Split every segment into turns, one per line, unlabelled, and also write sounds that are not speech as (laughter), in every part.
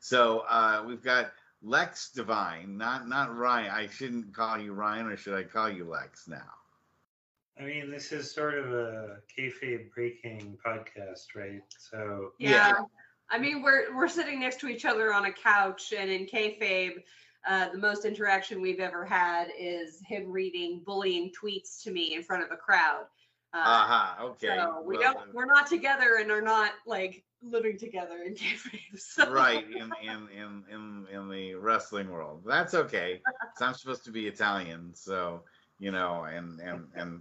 So uh, we've got Lex Divine, not not Ryan. I shouldn't call you Ryan, or should I call you Lex now?
I mean, this is sort of a kayfabe breaking podcast, right? So
Yeah.
Yeah. I mean, we're we're sitting next to each other on a couch, and in kayfabe, uh, the most interaction we've ever had is him reading bullying tweets to me in front of a crowd. Uh,
Aha. Uh-huh. okay.
So we
well,
don't. We're not together, and are not like living together in kayfabe. (laughs) So.
right in, in in in in the wrestling world. That's okay. 'cause I'm supposed to be Italian, so you know, and and and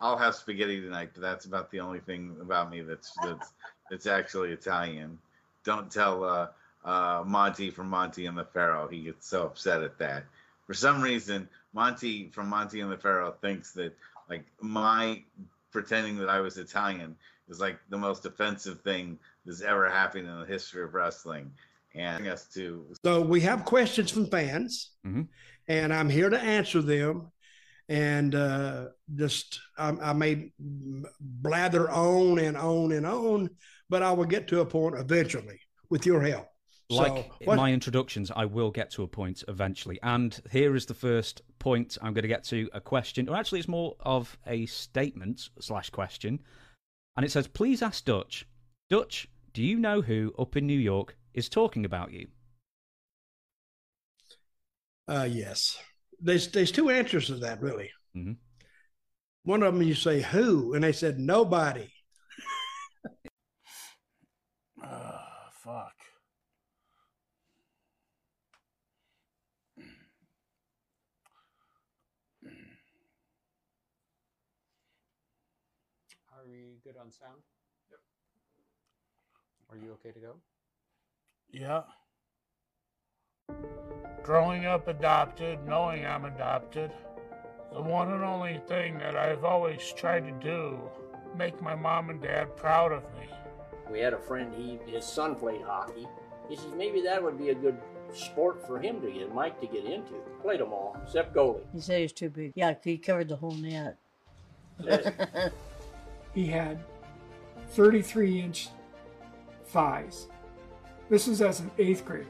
I'll have spaghetti tonight. But that's about the only thing about me that's that's that's actually Italian. Don't tell uh, uh, Monty from Monty and the Pharaoh. He gets so upset at that. For some reason, Monty from Monty and the Pharaoh thinks that like my pretending that I was Italian is like the most offensive thing that's ever happened in the history of wrestling. And us to
So we have questions from fans,
Mhm.
and I'm here to answer them. And uh, just I, I may blather on and on and on, but I will get to a point eventually with your help.
Like
so what,
my introductions, I will get to a point eventually. And here is the first point I'm going to get to a question, or actually, it's more of a statement slash question. And it says, Please ask Dutch, Dutch, do you know who up in New York is talking about you?
uh, yes, there's there's two answers to that really.
Mhm.
One of them you say who, and they said nobody.
Oh, fuck.
Are we good on sound? Yep. Are you okay to go?
Yeah. Growing up adopted, knowing I'm adopted, the one and only thing that I've always tried to do, make my mom and dad proud of me.
We had a friend, he his son played hockey. He says maybe that would be a good sport for him to get Mike to get into. Played them all, except goalie.
He said he was too big. Yeah, he covered the whole net.
he had 33 inch thighs. This was as an eighth grader.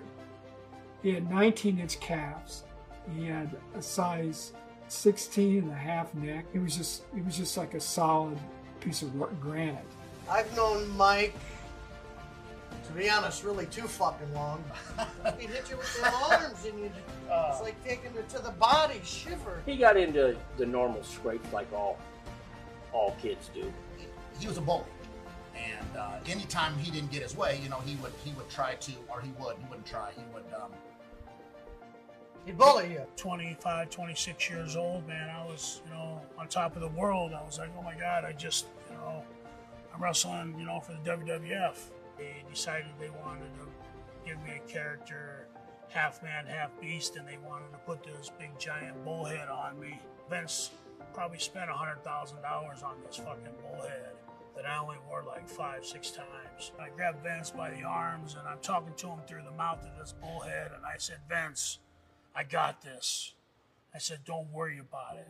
He had 19 inch calves. He had a size 16 and a half neck. He was just he was just like a solid piece of ro- granite.
I've known Mike, to be honest, really too
(laughs)
fucking long. he hit
(laughs)
you with them arms and you it's like taking it to the body, shiver.
he got into the normal scrapes like all all kids do.
he was a bully, and uh, anytime he didn't get his way, you know, he would he would try to, or he would he wouldn't try, he would um,
He bully you.
25, 26 years old, man, I was, you know, on top of the world. I was like, oh my God, I just, you know, I'm wrestling, you know, for the WWF. They decided they wanted to give me a character, half man, half beast, and they wanted to put this big giant bullhead on me. Vince probably spent $100,000 on this fucking bullhead that I only wore like five, six times. I grabbed Vince by the arms and I'm talking to him through the mouth of this bullhead, and I said, Vince, I got this. I said, don't worry about it.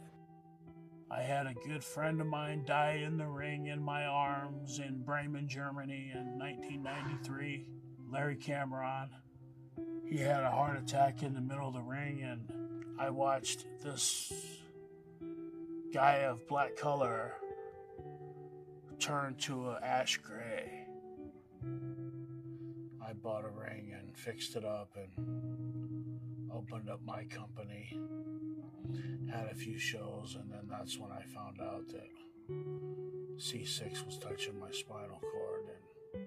I had a good friend of mine die in the ring in my arms in Bremen, Germany in 1993, Larry Cameron. He had a heart attack in the middle of the ring, and I watched this guy of black color turn to a ash gray. I bought a ring and fixed it up and opened up my company, had a few shows, and then that's when I found out that C6 was touching my spinal cord and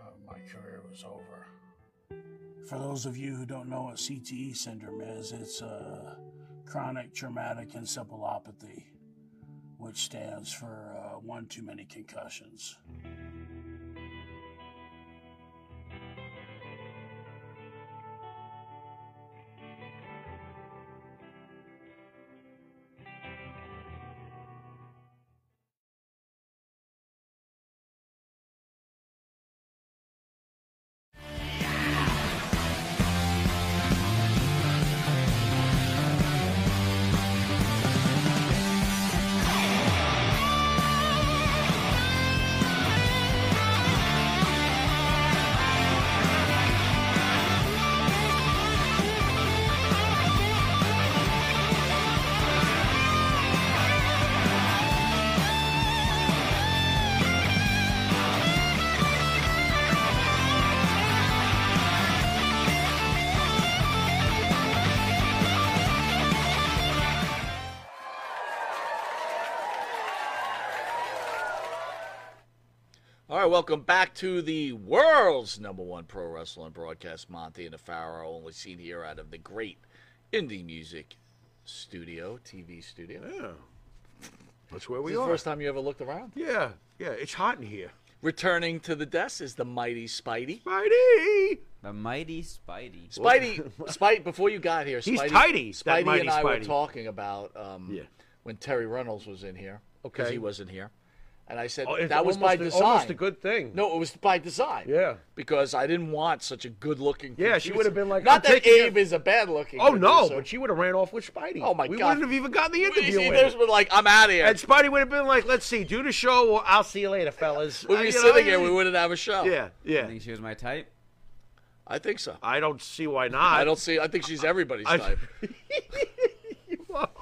uh, my career was over. For those of you who don't know what CTE syndrome is, it's a chronic traumatic encephalopathy, which stands for uh, one too many concussions.
right, welcome back to the world's number one pro wrestling broadcast, Monty and the Pharaoh, only seen here out of the great indie music studio, TV studio.
Yeah. That's where we
this
are.
The first time you ever looked around.
Yeah, yeah, it's hot in here.
Returning to the desk is the mighty Spidey.
Spidey.
The mighty Spidey.
Spidey, Spidey. Before you got here,
He's
Spidey,
tidy, that
Spidey
mighty
and I were
Spidey.
talking about um, when Terry Reynolds was in here because
Okay.
he wasn't here, and I said
Oh, it's
that was by
almost a-
design.
almost a good thing.
No, it was by design.
Yeah.
because I didn't want such a good-looking.
Yeah, she
producer.
would have been like,
Not
I'm
that
taking
Abe is a bad-looking.
Oh no,
producer.
but she would have ran off with Spidey.
Oh, my
we
God.
wouldn't have even gotten the
Well, you
interview.
see,
in.
there's been like, I'm outta here.
And Spidey would have been like, let's see, do the show, or I'll see you later, fellas.
We'd
Uh,
be
you know,
sitting here,
you-
we wouldn't have a show.
Yeah, yeah.
think she was my type?
I think so.
I don't see why not.
(laughs) I don't see. I think she's everybody's
I-
type.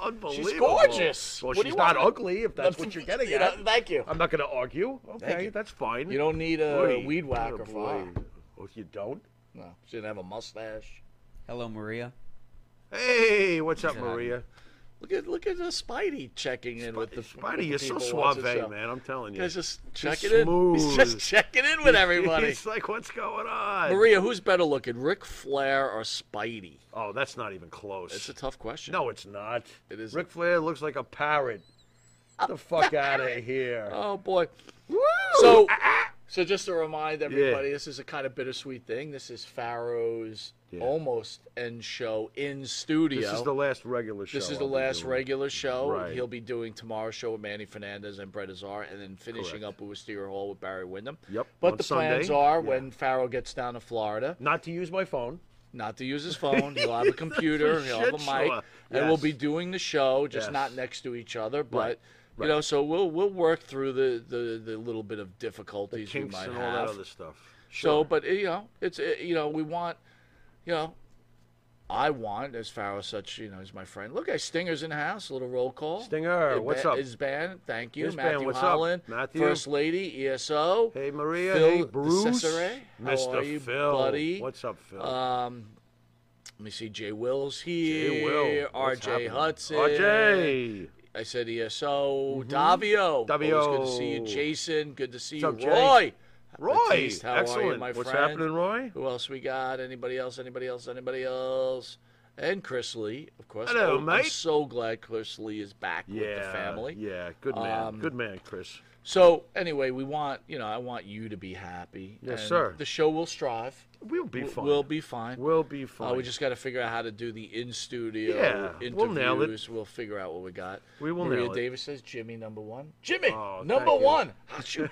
Unbelievable.
She's gorgeous.
Well,
What do
she's
you
not
want?
ugly, if (laughs) that's what you're getting
You
at.
know, thank you.
I'm not going to argue. Okay,
you.
that's fine.
You don't need a
Boy,
weed whacker
oh,
for
boy.
her.
Well, you don't.
No, she didn't have a mustache.
Hello, Maria.
Hey, what's up,
Exactly.
Maria?
Look at look at uh, Spidey checking in with the
Buddy, you're so suave, man. I'm telling you.
He's just
He's
checking in. He's just
smooth.
checking
(laughs)
in with everybody.
It's like, what's going on?
Maria, who's better looking, Ric Flair or Spidey?
Oh, that's not even close.
It's a tough question.
No, it's not.
It is.
Ric Flair looks like a parrot. Get the
(laughs)
fuck out of here.
Oh boy. So,
Ah,
so just to remind everybody, this is a kind of bittersweet thing. This is Pharaoh's almost end show in studio.
This is the last regular show.
This is the
I'll be
last
doing.
regular show.
Right.
He'll be doing tomorrow's show with Manny Fernandez and Brett Azar, and then finishing
Correct.
up with Steer Hall with Barry Windham.
Yep.
But
on
the plans
Sunday.
are
Yeah.
when Farrow gets down to Florida,
not to use my phone,
not to use his phone. He'll have a
(laughs)
computer,
For
he'll have a mic,
shit sure.
and we'll
Yes.
be doing the show, just
Yes.
not next to each other, but.
Right.
You know, so we'll we'll work through the, the, the little bit of difficulties
kinks
we might
and all
have.
that other stuff.
So,
Sure.
but you know, it's uh, you know, we want, you know, I want as Farrell such you know, he's my friend. Look, guys, Stinger's in the house. A little roll call.
Stinger,
His
what's
ba-
up?
His band, thank you.
His band,
Matthew
what's up?
Holland,
Matthew?
First Lady, ESO.
Hey Maria,
Phil
hey Bruce,
DeCesare, how
Mr.
are you,
Phil.
buddy?
What's up, Phil?
Um, let me see. Jay Will's here.
Jay Will, what's
R.J.
happening?
Hudson.
RJ.
I said ESO. Davio. Always good to see you,
Mm-hmm. Davio.
Jason. Good to see you,
What's up, Jay?
Roy.
Roy,
Batiste, how Are you,
excellent.
my
What's
friend?
happening, Roy?
Who else we got? Anybody else? Anybody else? Anybody else? And Chris Lee, of course. Oh,
Hello,
I'm
mate.
so glad Chris Lee is back with the
Yeah,
family.
Yeah, good man,
Um,
good man, Chris.
So anyway, we want you know I want you to be happy.
Yes,
and
sir.
The show will strive.
We'll be
W-
fine.
We'll be fine.
We'll be
Uh, we
fine. (laughs)
just got to figure out how to do the in studio
Yeah,
interviews.
we'll nail it.
We'll figure out what we got.
We will
Maria
nail it.
Davis says Jimmy number one. Jimmy
Oh,
number
thank you. (laughs)
one. How'd (laughs) you-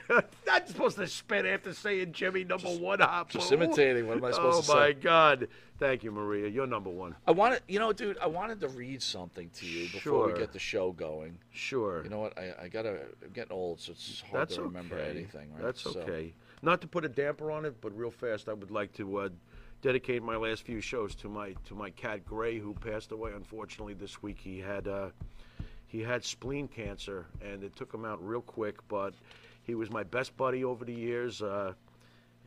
Not supposed to spit after saying Jimmy number one hop.
just imitating. What am I supposed
oh
to say?
Oh my God! Thank you, Maria. You're number one.
I wanted, you know, dude, I wanted to read something to you before we
Sure.
get the show going.
Sure.
You know what? I, I gotta. I'm getting old, so it's hard
That's
to remember
okay.
anything. Right.
That's
So-
okay. Not to put a damper on it, but real fast, I would like to uh, dedicate my last few shows to my to my cat Gray, who passed away unfortunately this week. He had uh, he had spleen cancer, and it took him out real quick. But he was my best buddy over the years. Uh,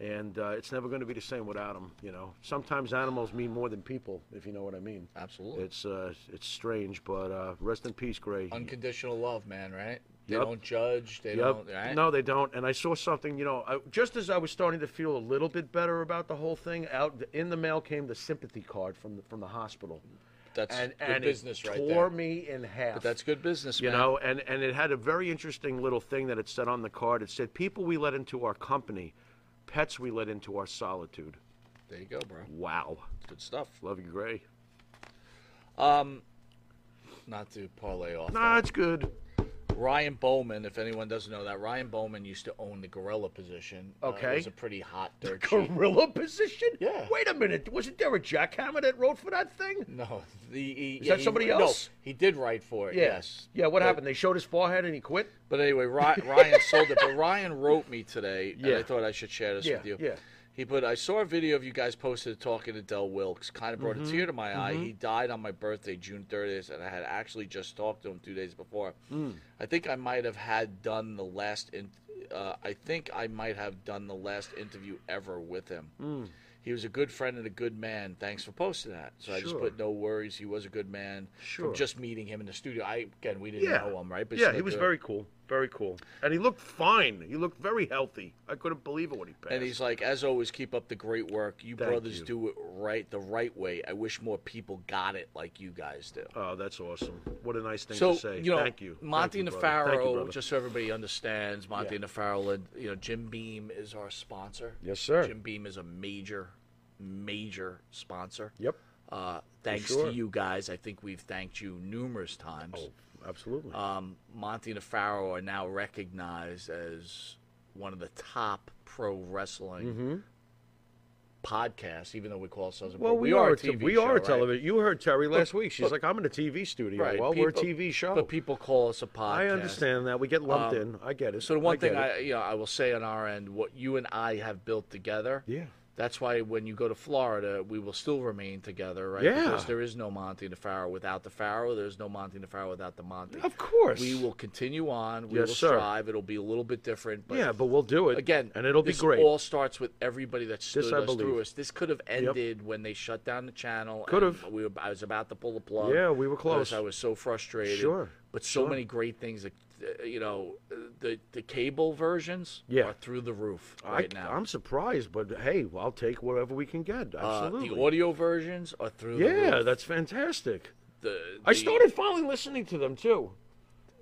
and uh, it's never going to be the same without him. You know, sometimes animals mean more than people, if you know what I mean.
Absolutely.
It's uh, it's strange, but uh, rest in peace, Gray.
Unconditional love, man. Right. They
Yep.
don't judge. They
Yep.
don't. Right.
No, they don't. And I saw something, you know, I, just as I was starting to feel a little bit better about the whole thing, out in the mail came the sympathy card from the, from the hospital.
That's
and,
good
and
business
it
right
tore
there.
me in half.
But that's good business,
you
man.
know, and and it had a very interesting little thing that it said on the card. It said, "People we let into our company, pets we let into our solitude."
There you go, bro.
Wow.
Good stuff.
Love you, Gray.
Um, not to parlay off.
Nah,
that.
it's good.
Ryan Bowman, if anyone doesn't know that, Ryan Bowman used to own the gorilla position. Uh, it
Okay.
was a pretty hot dirt cheap-
Gorilla position?
Yeah.
Wait a minute. Wasn't there a jackhammer that wrote for that thing?
No. The, he,
Is
yeah,
that
he-
somebody
no,
else?
he did write for it.
Yeah.
Yes.
Yeah, what
But-
happened? They showed his forehead and he quit?
But anyway, Ry- Ryan sold it. But Ryan wrote me today, and I
Yeah.
thought I should share this
Yeah,
with you.
yeah.
He put, I saw a video of you guys posted talking to Del Wilkes. Kind of brought a
Mhm,
tear to my eye.
mhm.
He died on my birthday, June 30th, and I had actually just talked to him two days before.
Mm.
I think I might have had done the last. In- uh, I think I might have done the last interview ever with him.
Mm.
He was a good friend and a good man. Thanks for posting that. So I just
Sure.
put no worries. He was a good man.
Sure.
From just meeting him in the studio, I again we didn't
Yeah.
know him, right?
Yeah,
still
he was
good.
very cool. Very cool. And he looked fine. He looked very healthy. I couldn't believe it when he passed.
And he's like, as always, keep up the great work. You
Thank
brothers
you.
do it right, the right way. I wish more people got it like you guys do.
Oh, that's awesome. What a nice thing
so
to say.
you know,
Thank you.
Monty
Thank you, brother. Thank you,
Nefaro.
brother.
Just so everybody understands, Monty
Yeah.
Nefaro. led- You know, Jim Beam is our sponsor.
Yes, sir.
Jim Beam is a major, major sponsor.
Yep.
Uh, thanks
sure.
to you guys, I think we've thanked you numerous times. Oh,
absolutely.
Um, Monty Nefaro are now recognized as one of the top pro wrestling
Mhm.
podcasts, even though we call ourselves a
Well,
pro.
we, are.
a
a t-
TV
we
show,
are a
right?
television. You heard Terry
But-
last week. She's
but-
like, I'm in a TV studio.
Right,
Well, we're a
people-
TV show.
But people call us a podcast.
I understand that. We get lumped
Um,
in. I get it.
So the one
I get
thing
it.
I you know I will say on our end, what you and I have built together.
Yeah.
That's why when you go to Florida, we will still remain together, right?
Yeah.
Because there is no Monty Nefaro without the Faro. There's no Monty Nefaro without the Monty.
Of course.
We will continue on. We
Yes,
will
sir.
strive. It'll be a little bit different. But
yeah, but we'll do it
again,
and it'll be
this
great.
all starts with everybody that stood
I
us through
believe.
us. This could have ended when they shut down the channel.
Could've.
and We were, I was about to pull the plug.
Yeah, we were
because
close.
I was so frustrated.
Sure,
But so
sure.
many great things that uh, you know uh, the the cable versions
Yeah.
are through the roof
I,
right now.
am surprised, but hey, well, I'll take whatever we can get.
Uh,
Absolutely.
the audio versions are through the
yeah,
roof.
that's fantastic.
The-
I
the-
started finally listening to them too.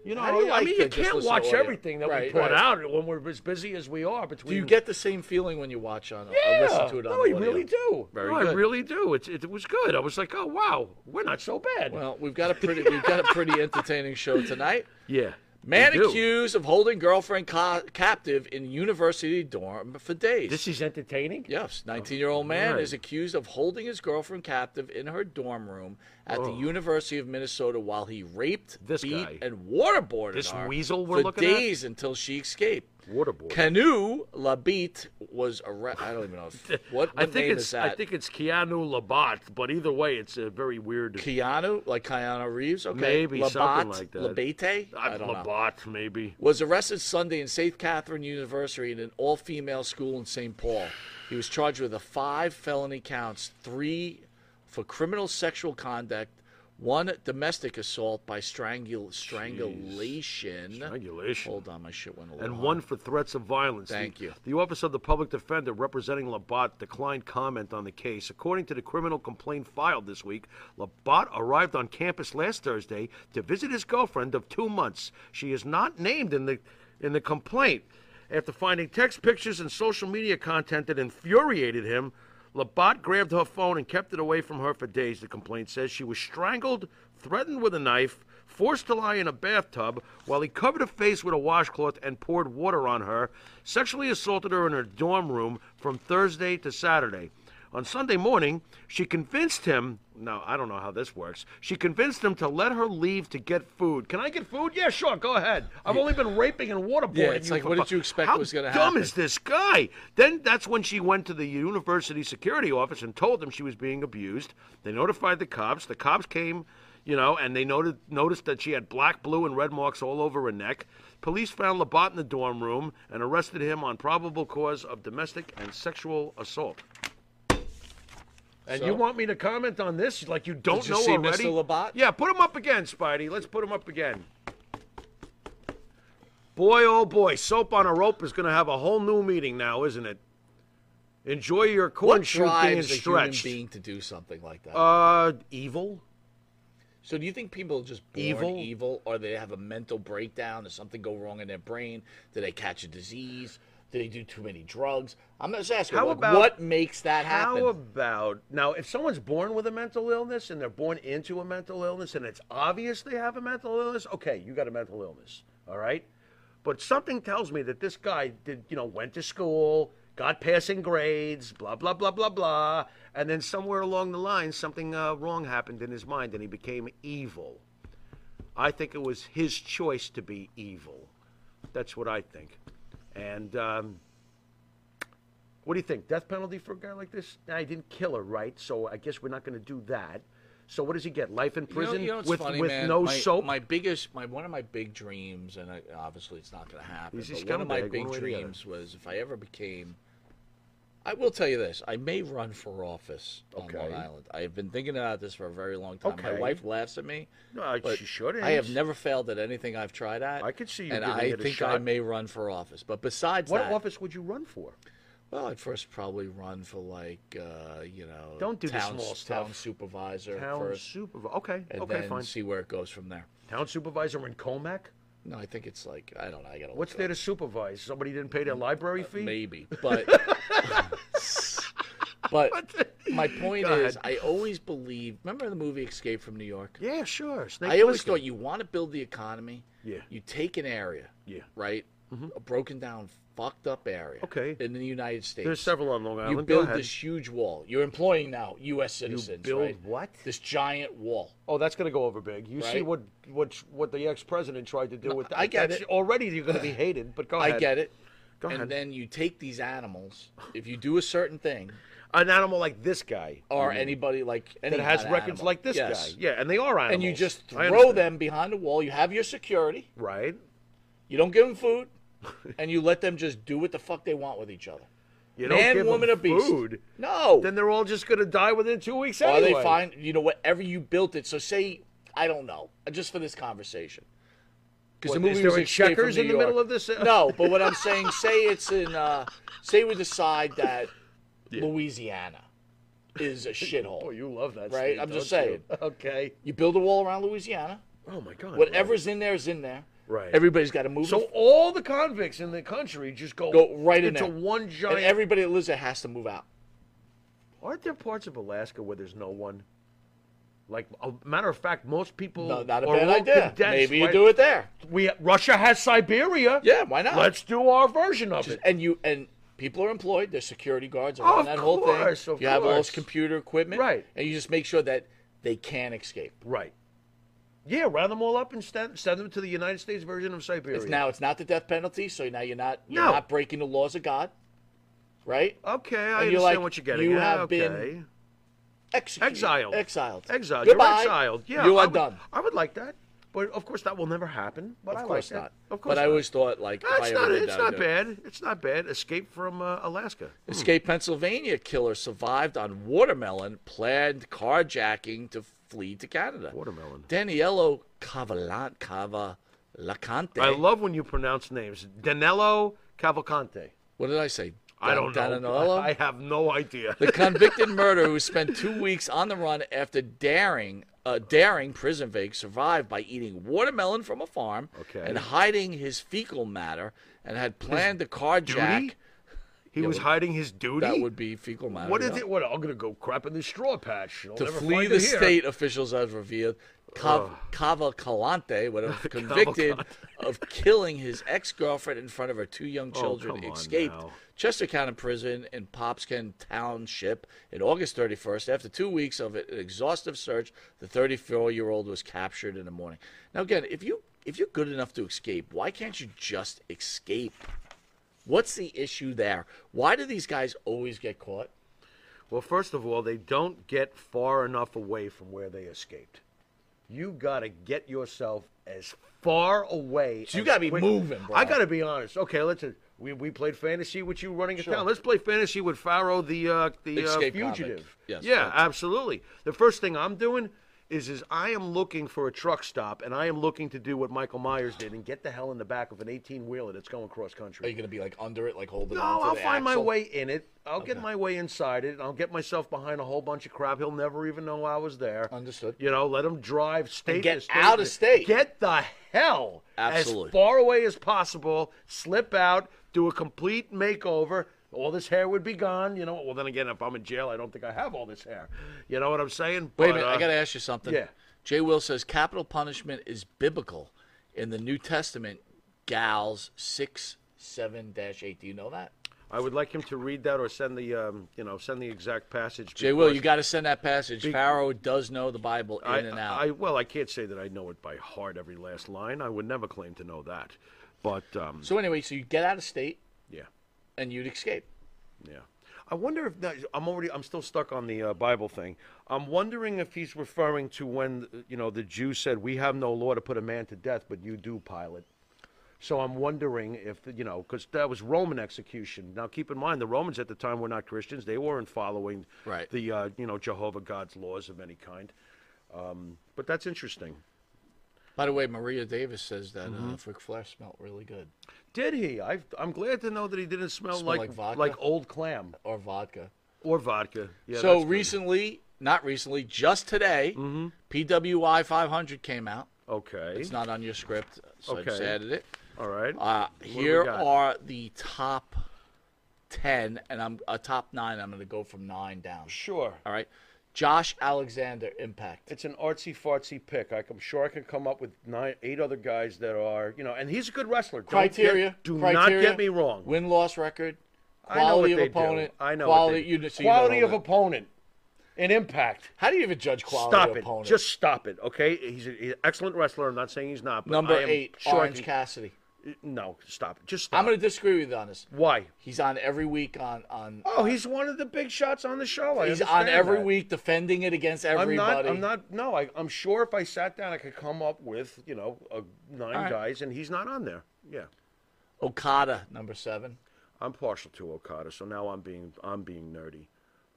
You know,
How do
I
you like
mean,
to
you
just
can't
listen to
watch
audio?
everything that we
Right,
put
right.
out when we're as busy as we are. Between
Do you get the same feeling when you watch on
Yeah.
or listen to it on
no,
audio?
I really do.
Very
no, I
good.
really do. It's it was good. I was like, oh wow, we're not so bad.
Well, we've got a pretty we've got a
(laughs)
pretty entertaining show tonight.
yeah.
Man
we do.
accused of holding girlfriend co- captive in university dorm for days. This
is entertaining?
Yes. 19 year old man
right.
is accused of holding his girlfriend captive in her dorm room at the
Oh.
University of Minnesota while he raped,
This
beat,
guy.
and waterboarded
This
her
weasel we're
for
looking at?
days until she escaped.
Waterboard.
Canoe Labit was arrested. I don't even know.
(laughs)
If, what, what
I think
name
it's
is that?
I think it's Keanu Labat, but either way, it's a very weird.
Keanu, like Keanu Reeves. Okay.
Maybe
Labat,
something like that.
Labate? I don't know.
Labat, maybe.
was arrested Sunday in St. Catherine University in an all female school in St. Paul. He was charged with a five felony counts three for criminal sexual conduct, one domestic assault by strangul- strangulation.
Strangulation.
Hold on, my shit went a little
and
high.
one for threats of violence.
Thank
the,
you.
The Office of the Public Defender representing Labat declined comment on the case. According to the criminal complaint filed this week, Labat arrived on campus last Thursday to visit his girlfriend of two months. She is not named in the in the complaint. After finding text pictures and social media content that infuriated him, Labat grabbed her phone and kept it away from her for days. The complaint says she was strangled, threatened with a knife, forced to lie in a bathtub while he covered her face with a washcloth and poured water on her, sexually assaulted her in her dorm room from Thursday to Saturday. On Sunday morning, she convinced him. Now, I don't know how this works. She convinced him to let her leave to get food. Can I get food? Yeah, sure, go ahead. I've only been raping and waterboarding.
Yeah, it's
you
like,
for
what did
fu-
you expect
How
was gonna
dumb
happen?
is this guy? Then that's when she went to the university security office and told them she was being abused. They notified the cops. The cops came, you know, and they noted, noticed that she had black, blue, and red marks all over her neck. Police found Labat in the dorm room and arrested him on probable cause of domestic and sexual assault. And you
So?
want me to comment on this like you don't
you
know
see
already?
Mr. Labat?
Yeah, put him up again, Spidey. Let's put him up again. Boy, oh boy, Soap on a Rope is going to have a whole new meeting now, isn't it? Enjoy your corn
What
shoot being
drives a human
stretched.
being to do something like that?
Uh, evil.
So do you think people are just born
Evil?
evil? or they have a mental breakdown? Does something go wrong in their brain? Do they catch a disease? Do they do too many drugs? I'm just asking.
How
like,
about-
what makes that happen?
How about now? If someone's born with a mental illness and they're born into a mental illness and it's obvious they have a mental illness, okay, you got a mental illness, all right. But something tells me that this guy did, you know, went to school, got passing grades, blah blah blah blah blah, and then somewhere along the line, something uh, wrong happened in his mind and he became evil. I think it was his choice to be evil. That's what I think. And um, what do you think? Death penalty for a guy like this? Nah, he didn't kill her, right? So I guess we're not going to do that. So what does he get? Life in
You know-
prison
you know what's
with
funny,
with
man?
no
my,
soap?
My biggest, my one of my big dreams, and I, obviously it's not going to happen.
He's a
but one of my
scumbag, one
big
way or the other.
dreams was if I ever became I will tell you this: I may run for office
Okay.
on Long Island. I have been thinking about this for a very long time. My
Okay.
wife laughs at me.
No,
but
she shouldn't.
I have never failed at anything I've tried at. I could
see you
and
giving
I
it a
think I
shot.
may run for office. But besides
What
that,
office would you run for?
well, I'd first probably run for like uh, you know,
Don't do the
town,
small
town
stuff.
supervisor
Town
first.
supervisor. Okay.
and
okay.
then
Fine.
see where it goes from there.
Town supervisor in Comac.
No, I think it's like I don't know. I got to.
What's there to supervise? Somebody didn't pay their
Mm, uh,
library fee. (laughs)
Maybe, but but my point
Go
is,
ahead.
I always believe. Remember the movie Escape from New York?
Yeah, sure. Snake
I always
Plissken.
thought you want to build the economy.
Yeah.
You take an area.
Yeah. Mm-hmm.
Right. A broken down, fucked up area.
Okay.
In the United States.
There's several on Long
You
Island. Go
build
ahead.
this huge wall. You're employing now U.S. citizens.
build
right?
what?
This giant wall.
Oh, that's going to go over big. You see
Right?
what what what the ex president tried to do with that?
I get
That's-
it.
Already, you're going to be hated. But go ahead.
I get it.
Go ahead.
And then you take these animals. If you do a certain thing,
An animal like this guy,
or
you mean,
anybody like any
Mm-hmm. that has
kind of
records
animal.
like this
Yes.
guy. Yeah, and they are animals.
And you just
I
throw
understand.
them behind a wall. You have your security.
Right.
You don't give
(laughs)
them food, and you let them just do what the fuck they want with each other.
You don't
Man,
give
woman,
them
or beast.
food.
No.
Then they're all just going to die within two weeks.
Or
anyway.
they find you know whatever you built it. So say I don't know, just for this conversation. Because the
What, is
movie
there
was
a
Escape from
checkers in
New
the middle
York.
of this?
no, but what I'm saying, say it's in, uh, say we decide that Louisiana is a shithole.
Oh, (laughs) you love that.
Right?
state,
I'm just
don't
saying.
you? (laughs) Okay.
You build a wall around Louisiana.
Oh my God.
Whatever's in there is in there.
Right.
Everybody's got to move.
So
the f-
all the convicts in the country just go
go right in
into
there.
one giant.
And everybody that lives there has to move out.
Aren't there parts of Alaska where there's no one? Like, a matter of fact, most people
No, not a
are
bad
all
idea.
condensed,
Maybe you
right?
do it there.
We Russia has Siberia.
Yeah, why not?
Let's do our version of it.
And you and people are employed. There's security guards
Of
around that whole thing.
course, of
you have all this
course.
computer equipment,
Right.
And you just make sure that they can escape.
Right. Yeah, round them all up and send, send them to the United States version of Siberia.
It's now it's not the death penalty, so now you're not you're
No.
not breaking the laws of God, right?
Okay, I
And
understand
you're like,
what you're getting.
You
at.
have
okay.
been executed,
exiled,
exiled,
exiled.
Goodbye.
You're exiled. Yeah,
you
I
are
would-
done.
I would like that, but of course that will never happen. But I
of course
like
not.
That. Of course,
but I
not.
always thought like if
That's
I ever
not.
did
It's
that,
not
I'd do
bad.
it.
It's not bad. Escape from uh, Alaska.
Escaped Pennsylvania killer survived on watermelon planned carjacking to flee to Canada.
Watermelon.
Daniello Cavalan Cava Lacante.
I love when you pronounce names. Danilo Cavalcante.
What did I say?
I don't
Dan-
know.
Danilo?
I have no idea.
the convicted murderer who spent two weeks on the run after daring a daring prison break survived by eating watermelon from a farm
Okay.
and hiding his fecal matter and had planned to carjack.
duty? He
Yeah,
was
well,
hiding his duty.
That would be fecal matter.
What is
yeah.
it? What I'm gonna go crap in the straw patch. I'll
to
never
flee
find
the
it here.
state, officials have revealed Cav-
Ugh. (laughs)
Cavalcalante was convicted of killing his ex-girlfriend in front of her two young
Oh,
children,
come on
escaped
now.
Chester County Prison in Popskin Township in August 31st. After two weeks of an exhaustive search, the 34-year-old was captured in the morning. Now, again, if you if you're good enough to escape, why can't you just escape? What's the issue there? Why do these guys always get caught?
Well, first of all, they don't get far enough away from where they escaped. You gotta get yourself as far away.
So you
as
gotta be
quick-
moving, bro.
I gotta be honest. Okay, let's. We, we played fantasy with you running a
Sure.
town. Let's play fantasy with Pharaoh the uh, the uh,
Escape convict.
fugitive.
Yes,
yeah,
right.
absolutely. The first thing I'm doing is is I am looking for a truck stop and I am looking to do what Michael Myers did and get the hell in the back of an 18 wheeler that's going cross country.
Are you going to be like under it, like holding
No,
on to
I'll
the
find my
axle?
way in it. I'll get my way inside it. and I'll get myself behind a whole bunch of crap. He'll never even know I was there.
Understood.
You know, let him drive state
get
to state
out
to-
of state.
Get the hell
Absolutely.
as far away as possible. Slip out. Do a complete makeover. All this hair would be gone. You know. Well, then again, if I'm in jail, I don't think I have all this hair. You know what I'm saying?
Wait a
But,
minute,
uh,
I got to ask you something.
yeah.
Jay Will says capital punishment is biblical in the New Testament. Gals six seven dash eight. Do you know that?
I would like him to read that or send the um, you know send the exact passage.
Jay Will,
because-
you got to send that passage.
Be-
Pharaoh does know the Bible in
I,
and out.
I- well, I can't say that I know it by heart every last line. I would never claim to know that. But um,
so anyway, so you get out of state
yeah,
and you'd escape.
yeah. I wonder if that, I'm already I'm still stuck on the uh, Bible thing. I'm wondering if he's referring to when you know the Jews said, "We have no law to put a man to death, but you do, Pilate." So I'm wondering if you know, because that was Roman execution. Now, keep in mind, the Romans at the time were not Christians; they weren't following
Right.
the uh, you know Jehovah God's laws of any kind. Um, but that's interesting.
By the way, Maria Davis says that uh,
Mhm.
Frick Flair smelled really good.
Did he? i I'm glad to know that he didn't smell,
Smell
like
like vodka?
old clam
or vodka
or vodka. Yeah,
so
that's good. Mm-hmm.
recently, not recently, just today, PWI 500 came out.
Okay.
It's not on your script, so I just
Okay.
added it.
All right.
Uh,
What do we
here
got?
are the top 10, and I'm a top nine. I'm going to go from nine down.
Sure.
All right. Josh Alexander, Impact.
It's an artsy fartsy pick. I, I'm sure I can come up with nine, eight other guys that are, you know, and he's a good wrestler. Don't get-
criteria.
do not
criteria,
get me wrong.
Win loss record.
I know what
Quality
they
of opponent.
Do. I know. what
Quality,
they do.
you, so you know
quality
all
of
that.
opponent and impact.
How do you even judge quality
Stop
of
it.
opponent?
Just stop it, okay? He's, a, he's an excellent wrestler. I'm not saying he's not. But
Number
I am
eight,
sure I
Orange
can-
Cassidy.
No, stop it. Just
I'm going to disagree with you on this.
Why?
He's on every week on on.
Oh, he's one of the big shots on the show. Oh, I
he's on
understand
every
that.
week defending it against everybody.
I'm not. I'm not. No, I, I'm sure if I sat down, I could come up with you know uh, nine
All right.
guys, and he's not on there. Yeah.
Okada, number seven.
I'm partial to Okada, so now I'm being I'm being nerdy.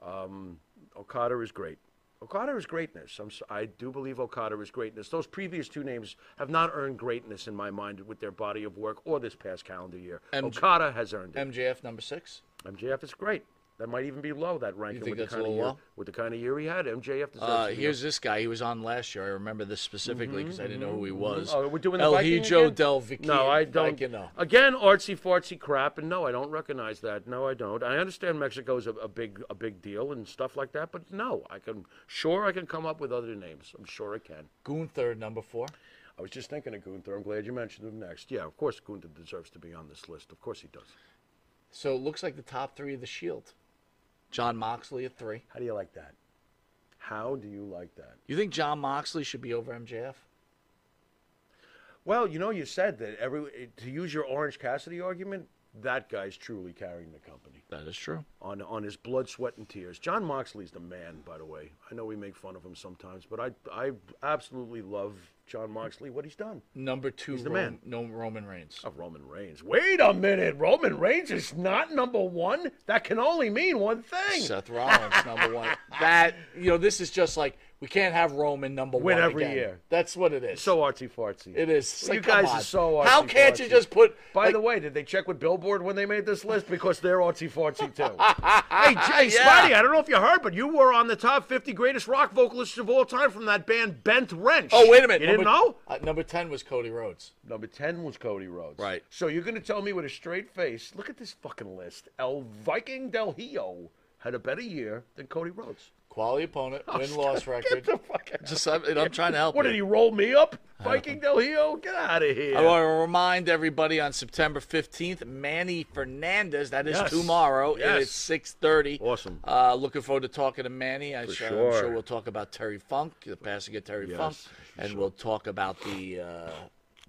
Um, Okada is great. Okada is greatness. I'm, s- I do believe Okada is greatness. Those previous two names have not earned greatness in my mind with their body of work or this past calendar year.
MJ
Okada has earned it.
MJF, number six.
MJF is great. That might even be low that ranking
think
with the,
that's a
kind of
little
year,
low?
with the kind of year he had. MJF deserves
Uh,
to be
here's this guy. He was on last year. I remember this specifically because I didn't know who he was.
Mm-hmm, Oh, we're doing the
El
Viking
Hijo
again?
del Vicky.
No, I don't.
Vicino.
Again, artsy fartsy crap, and no, I don't recognize that. No, I don't. I understand Mexico's a, a big a big deal and stuff like that, but no, I can sure I can come up with other names. I'm sure I can.
Gunther, number four.
I was just thinking of Gunther. I'm glad you mentioned him next. Yeah, of course Gunther deserves to be on this list. Of course he does.
So it looks like the top three of the Shield. John Moxley at three.
How do you like that? How do you like that?
You think John Moxley should be over MJF?
Well, you know, you said that every to use your Orange Cassidy argument, that guy's truly carrying the company.
That is true.
On on his blood, sweat, and tears. John Moxley's the man, by the way. I know we make fun of him sometimes, but I I absolutely love John Moxley. What he's done.
Number two,
He's the
Rom-
man. Oh.
No Roman Reigns.
Of Roman Reigns. Wait a minute, Roman Reigns is not number one. That can only mean one thing.
Seth Rollins number one. That you know, this is just like we can't have Roman number
Win
one
every
again.
year.
That's what it is.
So artsy fartsy.
It is. It's
You
like, come
guys
on.
are so artsy
How can't you just put?
By
like-
the way, did they check with Billboard when they made this list? Because they're artsy fartsy too.
(laughs)
(laughs) hey, Jay
Yeah.
Spotty, I don't know if you heard, but you were on the top 50 greatest rock vocalists of all time from that band Bent Wrench.
Oh wait a minute.
You didn't
number,
know?
Uh, number ten was Cody Rhodes.
Number 10 was Cody Rhodes.
Right.
So you're going to tell me with a straight face, look at this fucking list. El Viking Del Rio had a better year than Cody Rhodes.
Quality opponent,
Oh,
win loss
stop.
record. (laughs) Just I'm, I'm trying to help.
What
you.
did he roll me up? Viking Del Rio? Get out of here.
I want to remind everybody on September 15th, Manny Fernandez. That is
Yes.
tomorrow.
Yes.
It is 6:30.
Awesome.
Uh, looking forward to talking to Manny. I
For
sure. I'm
sure.
sure we'll talk about Terry Funk, the passing of Terry
Yes,
Funk,
for
and we'll talk about the uh,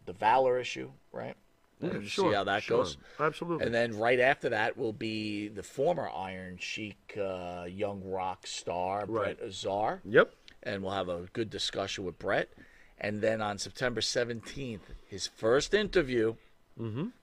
the Valor issue, right?
Yeah,
And
sure,
see how that
sure.
goes.
Absolutely.
And then right after that will be the former Iron Sheik, uh, young rock star
Right.
Brett Azar.
Yep.
And we'll have a good discussion with Brett. And then on September 17th, his first interview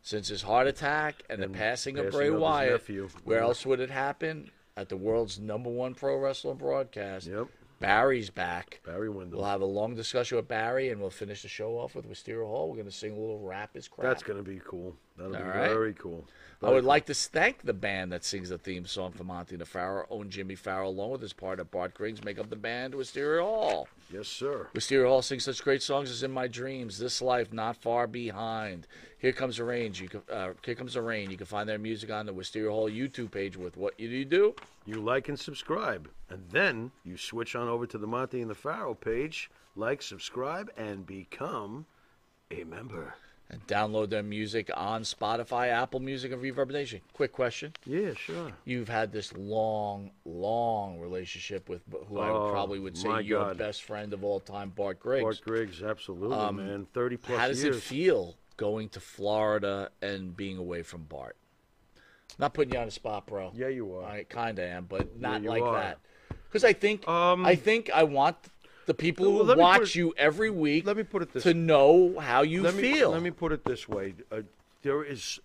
since his heart attack and, the passing of
Mm-hmm. passing
Bray
of his
Wyatt.
nephew. Mm-hmm.
Where
Yeah.
else would it happen? At the world's number one pro wrestling broadcast. Yep. Barry's back.
Barry Windham.
We'll have a long discussion with Barry, and we'll finish the show off with Wisteria Hall. We're going to sing a little rap is crap.
That's going to be cool. That'll
All
be
right.
very cool.
I would like to thank the band that sings the theme song for Monty Nefaro, own Jimmy Farrell, along with his partner Bart Grings, make up the band Wisteria Hall.
Yes, sir.
Wisteria Hall sings such great songs as "In My Dreams," "This Life," "Not Far Behind," "Here Comes the Rain." You can, uh, "Here Comes the Rain." You can find their music on the Wisteria Hall YouTube page. With what you do, do
You like and subscribe, and then you switch on over to the Monty and the Pharaoh page, like, subscribe, and become a member.
and download their music on Spotify, Apple Music, and Reverb Nation. Quick question.
Yeah, sure.
You've had this long, long relationship with who I would
Oh,
probably would say
my
your
God.
best friend of all time, Bart Griggs.
Bart Griggs, absolutely,
Um,
man. 30 plus
How does
years.
it feel going to Florida and being away from Bart? Not putting you on the spot, bro.
Yeah, you are.
I kind of am, but not
you
like
are. Um,
that. Because I think I think I want the people
Well,
who
let me put
watch
it-
you every week
let me put it this
to know how you
let me-
feel.
let me put it this way: uh, there is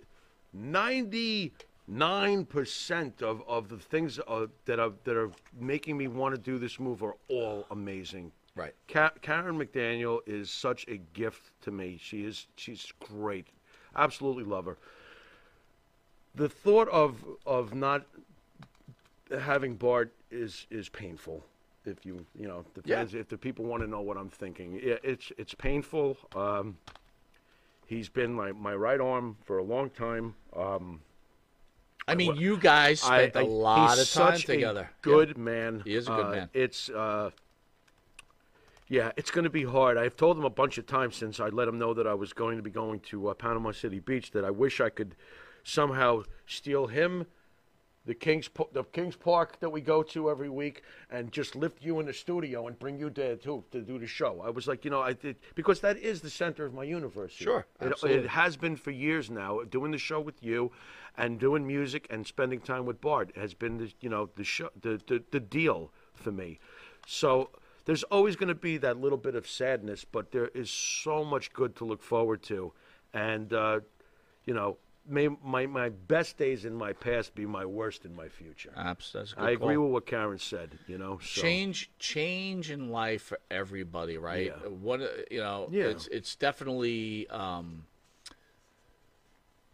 ninety-nine percent of, of the things uh, that are that are making me want to do this move are all amazing.
Right.
Ka- Karen McDaniel is such a gift to me. She is she's great. Absolutely love her. The thought of of not having Bart is is painful. If you you know the
Yeah.
fans, if the people want to know what I'm thinking, yeah, it's it's painful. Um, he's been my, my right arm for a long time. Um,
I mean,
wa-
you guys spent
a
a lot of time
such
together.
A good
Yeah.
man.
He is a good
Uh,
man.
It's uh, yeah, it's going to be hard. I've told him a bunch of times since I let him know that I was going to be going to uh, Panama City Beach that I wish I could somehow steal him, the Kings Po- the Kings Park that we go to every week, and just lift you in the studio and bring you there too to do the show. I was like, you know, I did because that is the center of my universe. here.
Sure,
It-
absolutely.
it has been for years now. Doing the show with you, and doing music and spending time with Bart has been the you know the show the the, the deal for me. So there's always going to be that little bit of sadness, but there is so much good to look forward to, and uh, you know. May my, my best days in my past be my worst in my future.
Abs- that's a good
I agree
call.
with what Karen said. You know, so.
change change in life for everybody right
Yeah.
what uh, you know
Yeah.
it's it's definitely um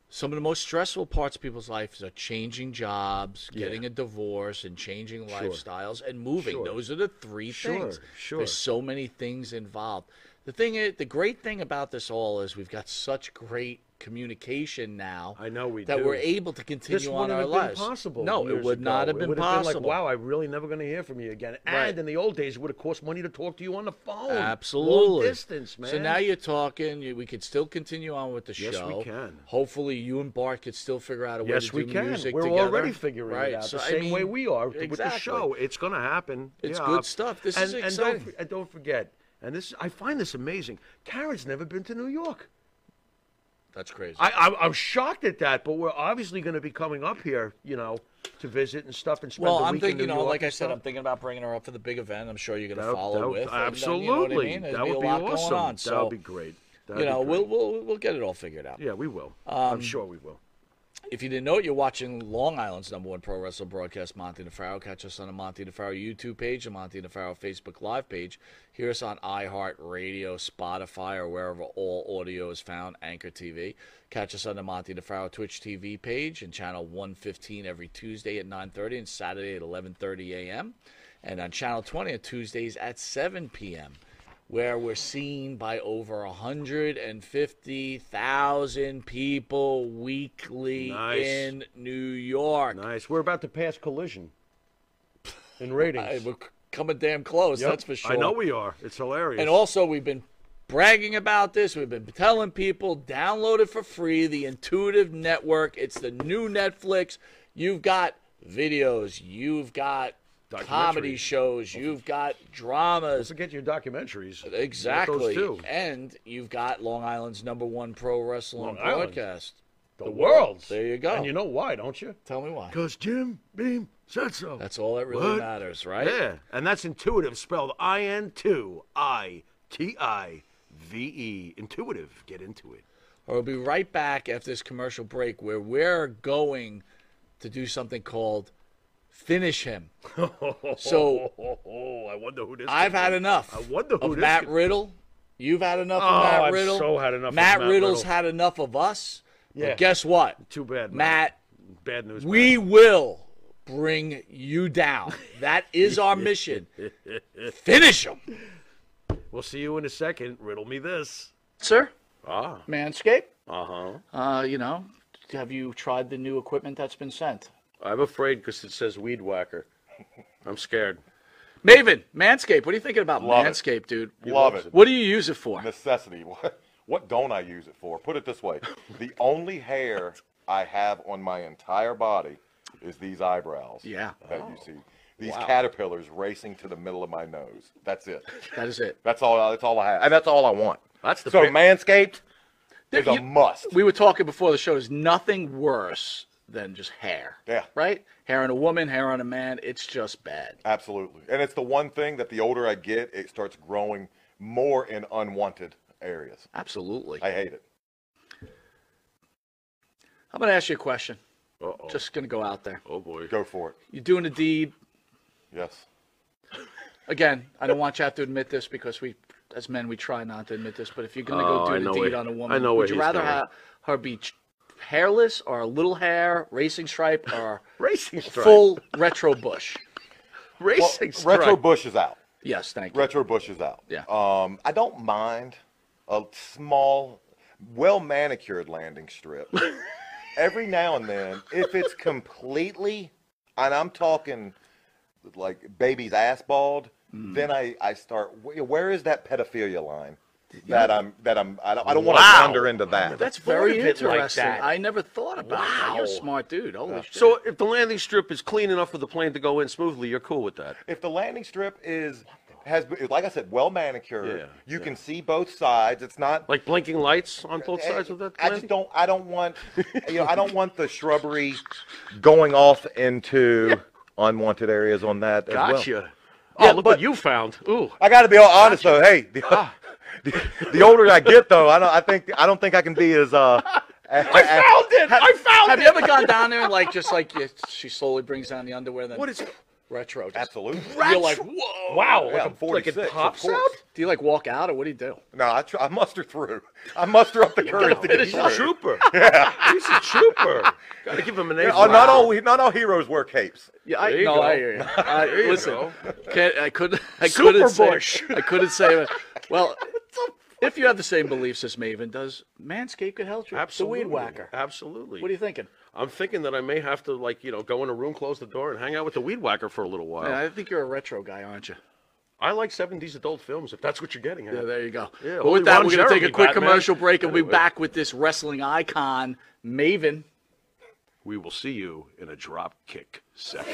some of the most stressful parts of people's lives are changing jobs
Yeah.
getting a divorce and changing
Sure.
lifestyles and moving
Sure.
those are the three
Sure,
things
sure.
there's so many things involved the thing is, the great thing about this all is we've got such great communication now
I know we
that
do.
we're able to continue
this
on
wouldn't
our
have
lives
Been possible
no it
years
would not
ago.
have
It
been
would have
possible
Been like, wow, I'm really never going to hear from you again. And
Right.
in the old days, it would have cost money to talk to you on the phone. Long
Absolutely.
distance, man.
So now you're talking. you- We could still continue on with the
Yes, we
show.
can.
Hopefully, you and Bart could still figure out a way
yes,
to
we
do
can.
music
We're
together.
already figuring
right?
it out
so,
the
I
same
mean,
way we are
exactly.
with the show. It's going to happen.
It's
Yeah.
good stuff. This
and,
is
and
exciting.
don't, f- and don't forget, and this I find this amazing. Karen's never been to New York.
That's crazy.
I, I, I'm shocked at that, but we're obviously going to be coming up here, you know, to visit and stuff and spend
well,
the
I'm
week in
thinking, you
New
know,
York
like I
and
said,
stuff.
I'm thinking about bringing her up for the big event. I'm sure you're going to
That-
follow
that-
with. and then,
Absolutely,
you know what I mean? There'd
that would
a
be
lot going
awesome.
on,
that
so,
would be great. That'd
you
be
know,
great.
we'll, we'll we'll get it all figured out.
Yeah, we will.
Um,
I'm sure we will.
If you didn't know it, you're watching Long Island's number one pro wrestling broadcast, Monty DeFaro. Catch us on the Monty DeFaro YouTube page, the Monty DeFaro Facebook Live page. Hear us on iHeartRadio, Spotify, or wherever all audio is found, Anchor TV. Catch us on the Monty DeFaro Twitch TV page and channel 115 every Tuesday at 9.30 and Saturday at 11.30 a.m. And on channel 20 on Tuesdays at 7 p.m where we're seen by over 150,000 people weekly
Nice.
in New York.
Nice. We're about to pass collision in ratings.
I- Uh, we're coming damn close,
Yep.
that's for sure.
I know we are. It's hilarious.
And also, we've been bragging about this. We've been telling people download it for free. The Intuitive Network. It's the new Netflix. You've got videos. You've got comedy
Documentaries.
shows. You've got dramas.
Don't forget your documentaries. You got
Exactly.
Those too.
And you've got Long Island's number one pro wrestling
Long Island.
broadcast.
The, world's.
There you go.
And you know why, don't you?
Tell me why.
Because Jim Beam said so.
That's all that really
What?
matters, right?
Yeah. And that's intuitive, spelled I N 2 I T I V E. Intuitive. Get into (laughs) it.
Or we'll be right back after this commercial break where we're going to do something called Finish Him. So-
oh, I wonder who this.
I've
could
had
be.
enough
I wonder who
of
this
Matt
could-
Riddle. You've had enough
Oh,
of Matt
I've
Riddle.
so had enough of
Matt
Matt
Riddle's
Riddle.
had enough of us.
Yeah.
But guess what?
Too bad,
Matt.
Bad news.
We will bring you down. That
(laughs)
is our mission. Finish him.
We'll see you in a second. Riddle me this.
Sir?
Ah.
Manscaped?
Uh huh.
Uh, you know, have you tried the new equipment that's been sent?
I'm afraid because it says weed whacker. I'm scared.
Maven, Manscaped, what are you thinking about
Love it.
Manscaped, dude?
Love it.
What do you use it for?
Necessity. (laughs) What, what don't I use it for? Put it this
(laughs)
way the only hair I have on my entire body is these eyebrows.
Yeah. Oh.
That you see. These
Wow.
caterpillars racing to the middle of my nose. That's it.
That is it.
That's all. That's all I have, and that's all I want.
That's
the
so
big-
manscaped
There-
is a
you-
must.
We were talking before the show. There's nothing worse than just hair.
Yeah.
Right? Hair on a woman, hair on a man, it's just bad.
Absolutely. And it's the one thing that the older I get, it starts growing more in unwanted areas.
Absolutely.
I hate it.
I'm going to ask you a question.
Oh.
Uh-oh.
Just going to go out there.
Oh, boy.
Go for it.
You're doing a deed.
Yes.
Again, I don't want you to have to admit this because we, as men, we try not to admit this, but if you're going to
Oh, I
go do
know
a deed
where-
on a woman,
I know where
would you
he's
rather
going.
have her be ch- hairless or a little hair, racing stripe,
(laughs)
or
racing
stripe.
full retro bush?
Well, Retro Bush is out.
Yes, thank
you. Retro Bush is out. Yeah. Um, I don't mind a small, well manicured landing strip. Every now and then, if it's completely, and I'm talking like baby's ass bald, then I, I start. wh- Where is that pedophilia line? That I'm that I'm I don't, I don't want to
Wow.
wander into that.
That's very
of it
interesting.
like that.
I never thought about that. You're a
Wow.
smart dude. Holy shit.
So if the landing strip is clean enough for the plane to go in smoothly, you're cool with that.
if the landing strip is has been- like I said, well manicured,
Yeah,
you
yeah.
can see both sides. It's not
Like blinking lights on both
Eh,
sides of that.
I just
landing?
don't. I don't want. You know, I don't want the shrubbery going off into unwanted areas on that. as well.
Gotcha. Oh, look what you found.
(laughs)
Ooh.
I got to be all honest though. Hey, the,
(laughs)
the, the older I get though, I don't. I think I don't think I can be as.
(laughs)
Uh, I
found it. I found have it. Have you ever gone down there and like just like you, she slowly brings down the underwear? Then
What is-
retro? Just,
Absolutely.
You're like
Retro-
whoa.
Wow,
Yeah, like a- I'm 46, like it of pops course. out?
Do you like walk out or what do you do?
No, I, tr- I muster through. I muster up the courage to get
He's a
through. (laughs)
trooper.
Yeah.
He's a trooper. Gotta give him an A.
Yeah, oh, Not all not all heroes wear capes.
Yeah, I,
There you
no,
go.
(laughs)
I hear you. I,
There you
listen,
go.
Can't, I couldn't. I
Super
couldn't say.
Bush.
I couldn't say.
(laughs)
it. Well, if you have the same beliefs as Maven does, Manscaped could help you.
Absolutely.
The weed whacker.
Absolutely.
What are you thinking?
I'm thinking that I may have to like you know go in a room, close the door, and hang out with the weed whacker for a little while.
Man, I think you're a retro guy, aren't you?
I like 70s adult films, if that's what you're getting at.
Yeah, there you go.
Yeah,
but
only
with that,
Ron
we're going to take a
Jeremy,
quick
Batman.
commercial break and we'll be
Anyway,
back with this wrestling icon, Maven.
We will see you in a drop kick second.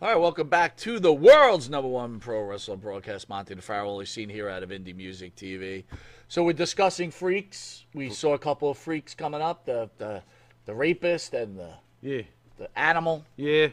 All right, welcome back to the world's number one pro wrestling broadcast, Monty DeFaro, only seen here out of Indie Music TV. So we're discussing freaks. We saw a couple of freaks coming up, the the, the rapist and the
Yeah.
the animal.
Yeah.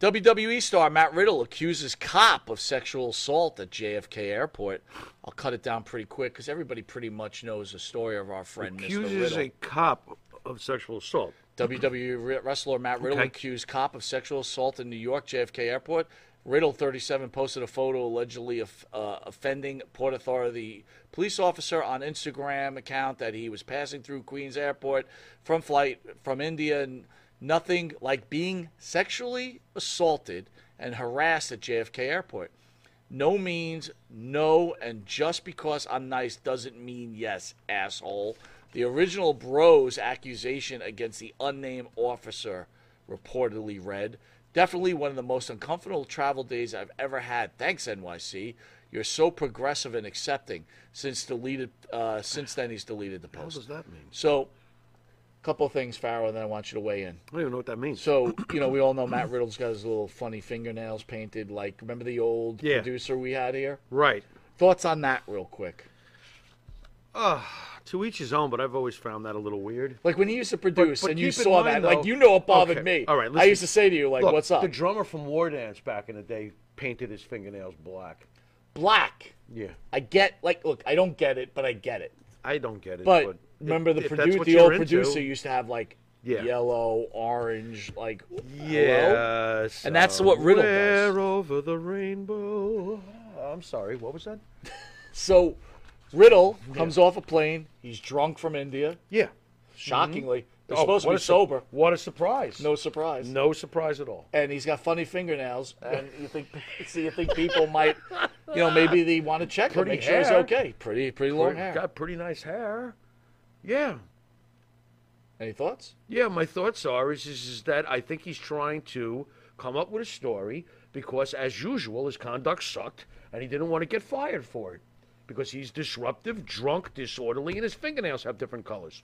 WWE star Matt Riddle accuses cop of sexual assault at JFK Airport. I'll cut it down pretty quick because everybody pretty much knows the story of our friend Mr.
Accuses
Riddle.
a cop of sexual assault.
WWE re- E wrestler Matt Riddle
Okay.
accused cop of sexual assault in New York JFK Airport. Riddle, 37, posted a photo allegedly of, uh, offending Port Authority police officer on Instagram account that he was passing through Queens Airport from flight from India. And nothing like being sexually assaulted and harassed at JFK Airport. No means no, and just because I'm nice doesn't mean yes, asshole. The original bros accusation against the unnamed officer reportedly read Definitely one of the most uncomfortable travel days I've ever had. Thanks, NYC. You're so progressive and accepting. Since deleted, uh, since then he's deleted the post.
What does that mean?
So, a couple of things, Farrow, and then I want you to weigh in.
I don't even know what that means.
So, you know, we all know Matt Riddle's got his little funny fingernails painted. Like, remember the old
Yeah.
producer we had here?
Right.
Thoughts on that, real quick?
Uh, to each his own, but I've always found that a little weird.
Like when he used to produce
But- but
and you
keep in
saw
mind,
that, like
though-
you know it bothered
Okay,
me.
All right,
I
listen.
used to say to you, like,
Look,
"What's up?"
The drummer from Wardance back in the day painted his fingernails black.
Black.
Yeah,
I get, like, look, I don't get it, but I get it.
I don't get it.
But,
But,
remember
if-
the
if that's
produ-
what
the
you're
old
into-
producer used to have like
Yeah.
yellow, orange, like hello?
yeah,
and that's what Riddle does.
somewhere over the rainbow. I'm sorry. What was that?
So Riddle comes off a plane. He's drunk from India.
Yeah.
Shockingly, they're
Mm-hmm. Oh,
supposed to
what
be
a su-
sober.
What a surprise!
No surprise.
No surprise at all.
And he's got funny fingernails, and
(laughs)
you think, so you think people might, you know, maybe they want to check him,
Pretty
make sure he's
hair.
okay. Pretty, pretty long
Pretty-
hair.
Got pretty nice hair. Yeah.
Any thoughts?
Yeah, my thoughts are is, is is that I think he's trying to come up with a story because, as usual, his conduct sucked and he didn't want to get fired for it. because he's disruptive, drunk, disorderly, and his fingernails have different colors.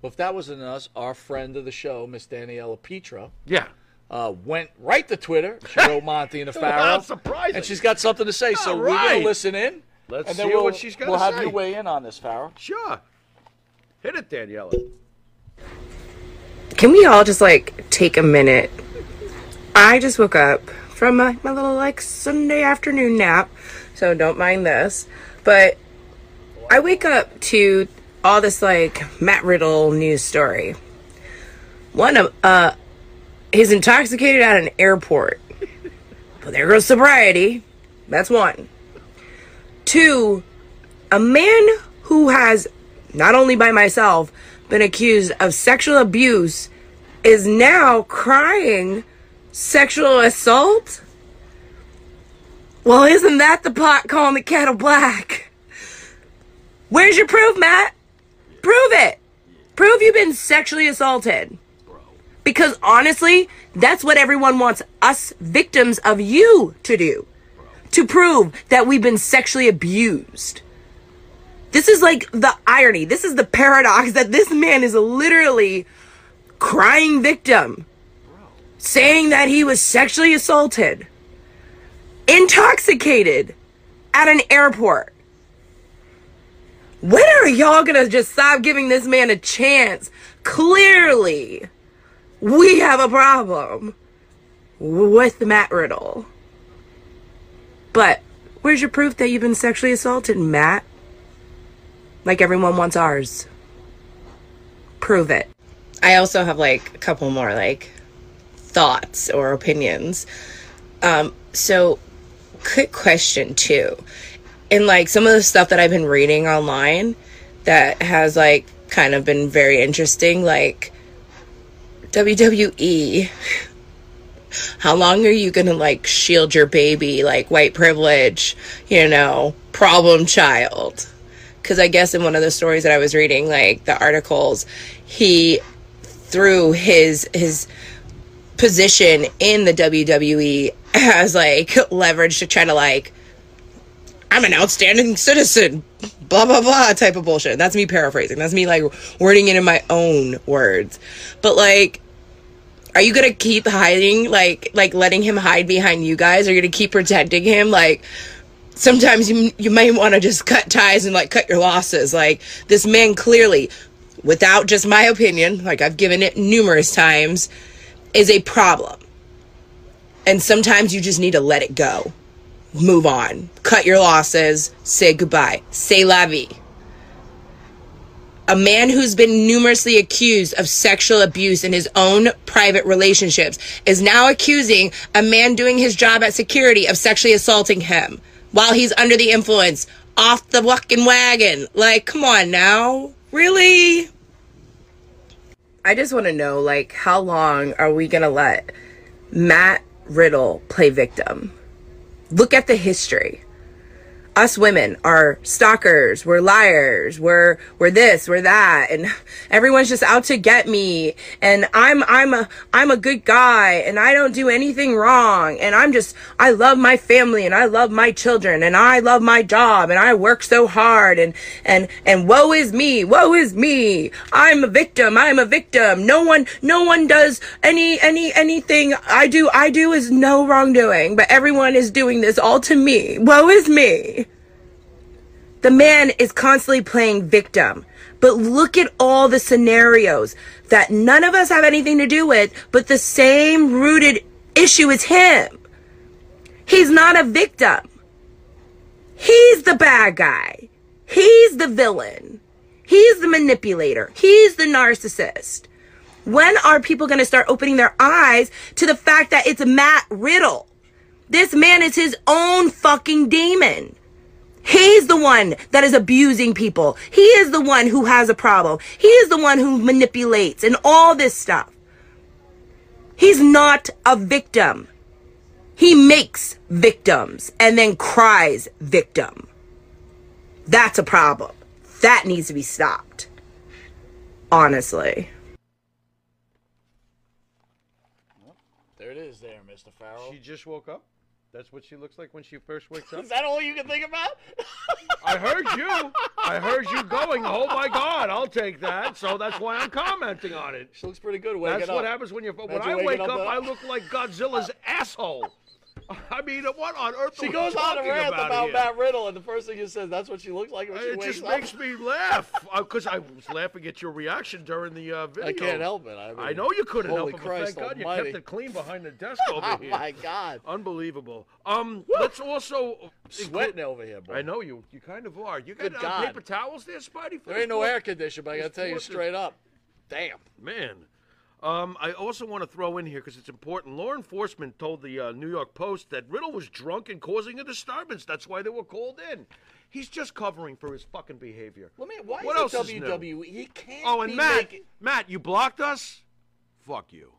Well, if that wasn't us, our friend of the show, Miss Daniela Petra,
Yeah.
uh, went right to Twitter. She wrote Monty and the Pharaoh.
Wow, surprising.
And she's got something to say, so
All
we're going
right.
to listen in.
Let's
and then
hear
we'll,
what she's got
We'll
to
have
say.
you weigh in on this, Farrell.
Sure. Hit it, Daniela.
Can we all just like take a minute? I just woke up from my, my little like Sunday afternoon nap, so don't mind this. But I wake up to all this like Matt Riddle news story. One of uh he's intoxicated at an airport. Well, there goes sobriety. That's one. Two, a man who has not only by myself been accused of sexual abuse is now crying sexual assault well isn't that the pot calling the kettle black where's your proof matt prove it prove you've been sexually assaulted because honestly that's what everyone wants us victims of you to do to prove that we've been sexually abused this is like the irony. This is the paradox that this man is literally crying victim, saying that he was sexually assaulted, intoxicated at an airport. When are y'all gonna just stop giving this man a chance? Clearly, we have a problem with Matt Riddle. But where's your proof that you've been sexually assaulted, Matt? like everyone wants ours. Prove it. I also have like a couple more like thoughts or opinions. Um, so quick question too. In like some of the stuff that I've been reading online that has like kind of been very interesting, like WWE. How long are you gonna like shield your baby, like white privilege, you know, problem child? because I guess in one of the stories that I was reading, like the articles, he threw his his position in the WWE (laughs) as like leverage to try to like I'm an outstanding citizen, blah blah blah type of bullshit. That's me paraphrasing. That's me like wording it in my own words. But like are you gonna keep hiding like like letting him hide behind you guys? Are you gonna keep protecting him? Like sometimes you you may want to just cut ties and like cut your losses. Like this man clearly, without just my opinion, like I've given it numerous times, is a problem. And sometimes you just need to let it go, move on, cut your losses, say goodbye, say la vie. A man who's been numerously accused of sexual abuse in his own private relationships is now accusing a man doing his job at security of sexually assaulting him while he's under the influence off the fucking wagon. Like, come on now. Really? I just want to know like how long are we going to let Matt Riddle play victim? Look at the history us women are stalkers we're liars we're we're this we're that and everyone's just out to get me and i'm i'm a i'm a good guy and i don't do anything wrong and i'm just i love my family and i love my children and i love my job and i work so hard and and and woe is me woe is me i'm a victim i'm a victim no one no one does any any anything i do i do is no wrongdoing but everyone is doing this all to me woe is me the man is constantly playing victim. But look at all the scenarios that none of us have anything to do with, but the same rooted issue is him. He's not a victim. He's the bad guy. He's the villain. He's the manipulator. He's the narcissist. When are people going to start opening their eyes to the fact that it's Matt Riddle? This man is his own fucking demon. He's the one that is abusing people. He is the one who has a problem. He is the one who manipulates and all this stuff. He's not a victim. He makes victims and then cries victim. That's a problem. That needs to be stopped. Honestly.
There it is, there, Mr. Farrell.
She just woke up. That's what she looks like when she first wakes up.
(laughs) Is that all you can think about?
I heard you. I heard
(laughs)
you going. Oh my God! I'll take that. So that's why I'm commenting on it.
She looks pretty good. waking
That's what
up.
happens when you. When
Imagine
I
waking
wake
up
up,
to-
I look like Godzilla's asshole. (laughs) I mean, what on earth? are
She
we
goes on a
talking
rant
about,
about
here?
Matt Riddle, and the first thing you says, "That's what she looks like when she
It
wakes
just
up."
makes me laugh because I was laughing at your reaction during the uh, video.
I can't help it. I, mean,
know you couldn't
holy
help it,
Christ
but thank God
almighty.
you kept it clean behind
(laughs)
the desk over
Oh
here.
my God!
Unbelievable. Um, let's also
Sweating over here, boy.
I know you. You kind of are. You got
Good
uh,
God.
paper towels there, Spidey? for
There
this
ain't no
board?
air conditioning, but I gotta
This
tell you
board is-
straight up, damn.
Man. Um, I also want to throw in here because it's important. Law enforcement told the uh, New York Post that Riddle was drunk and causing a disturbance. That's why they were called in. He's just covering for his fucking behavior.
Let me. Why
what
is it
else Is new?
WWE? He can't.
Oh, and
be
Matt,
making-
Matt, you blocked us. Fuck you.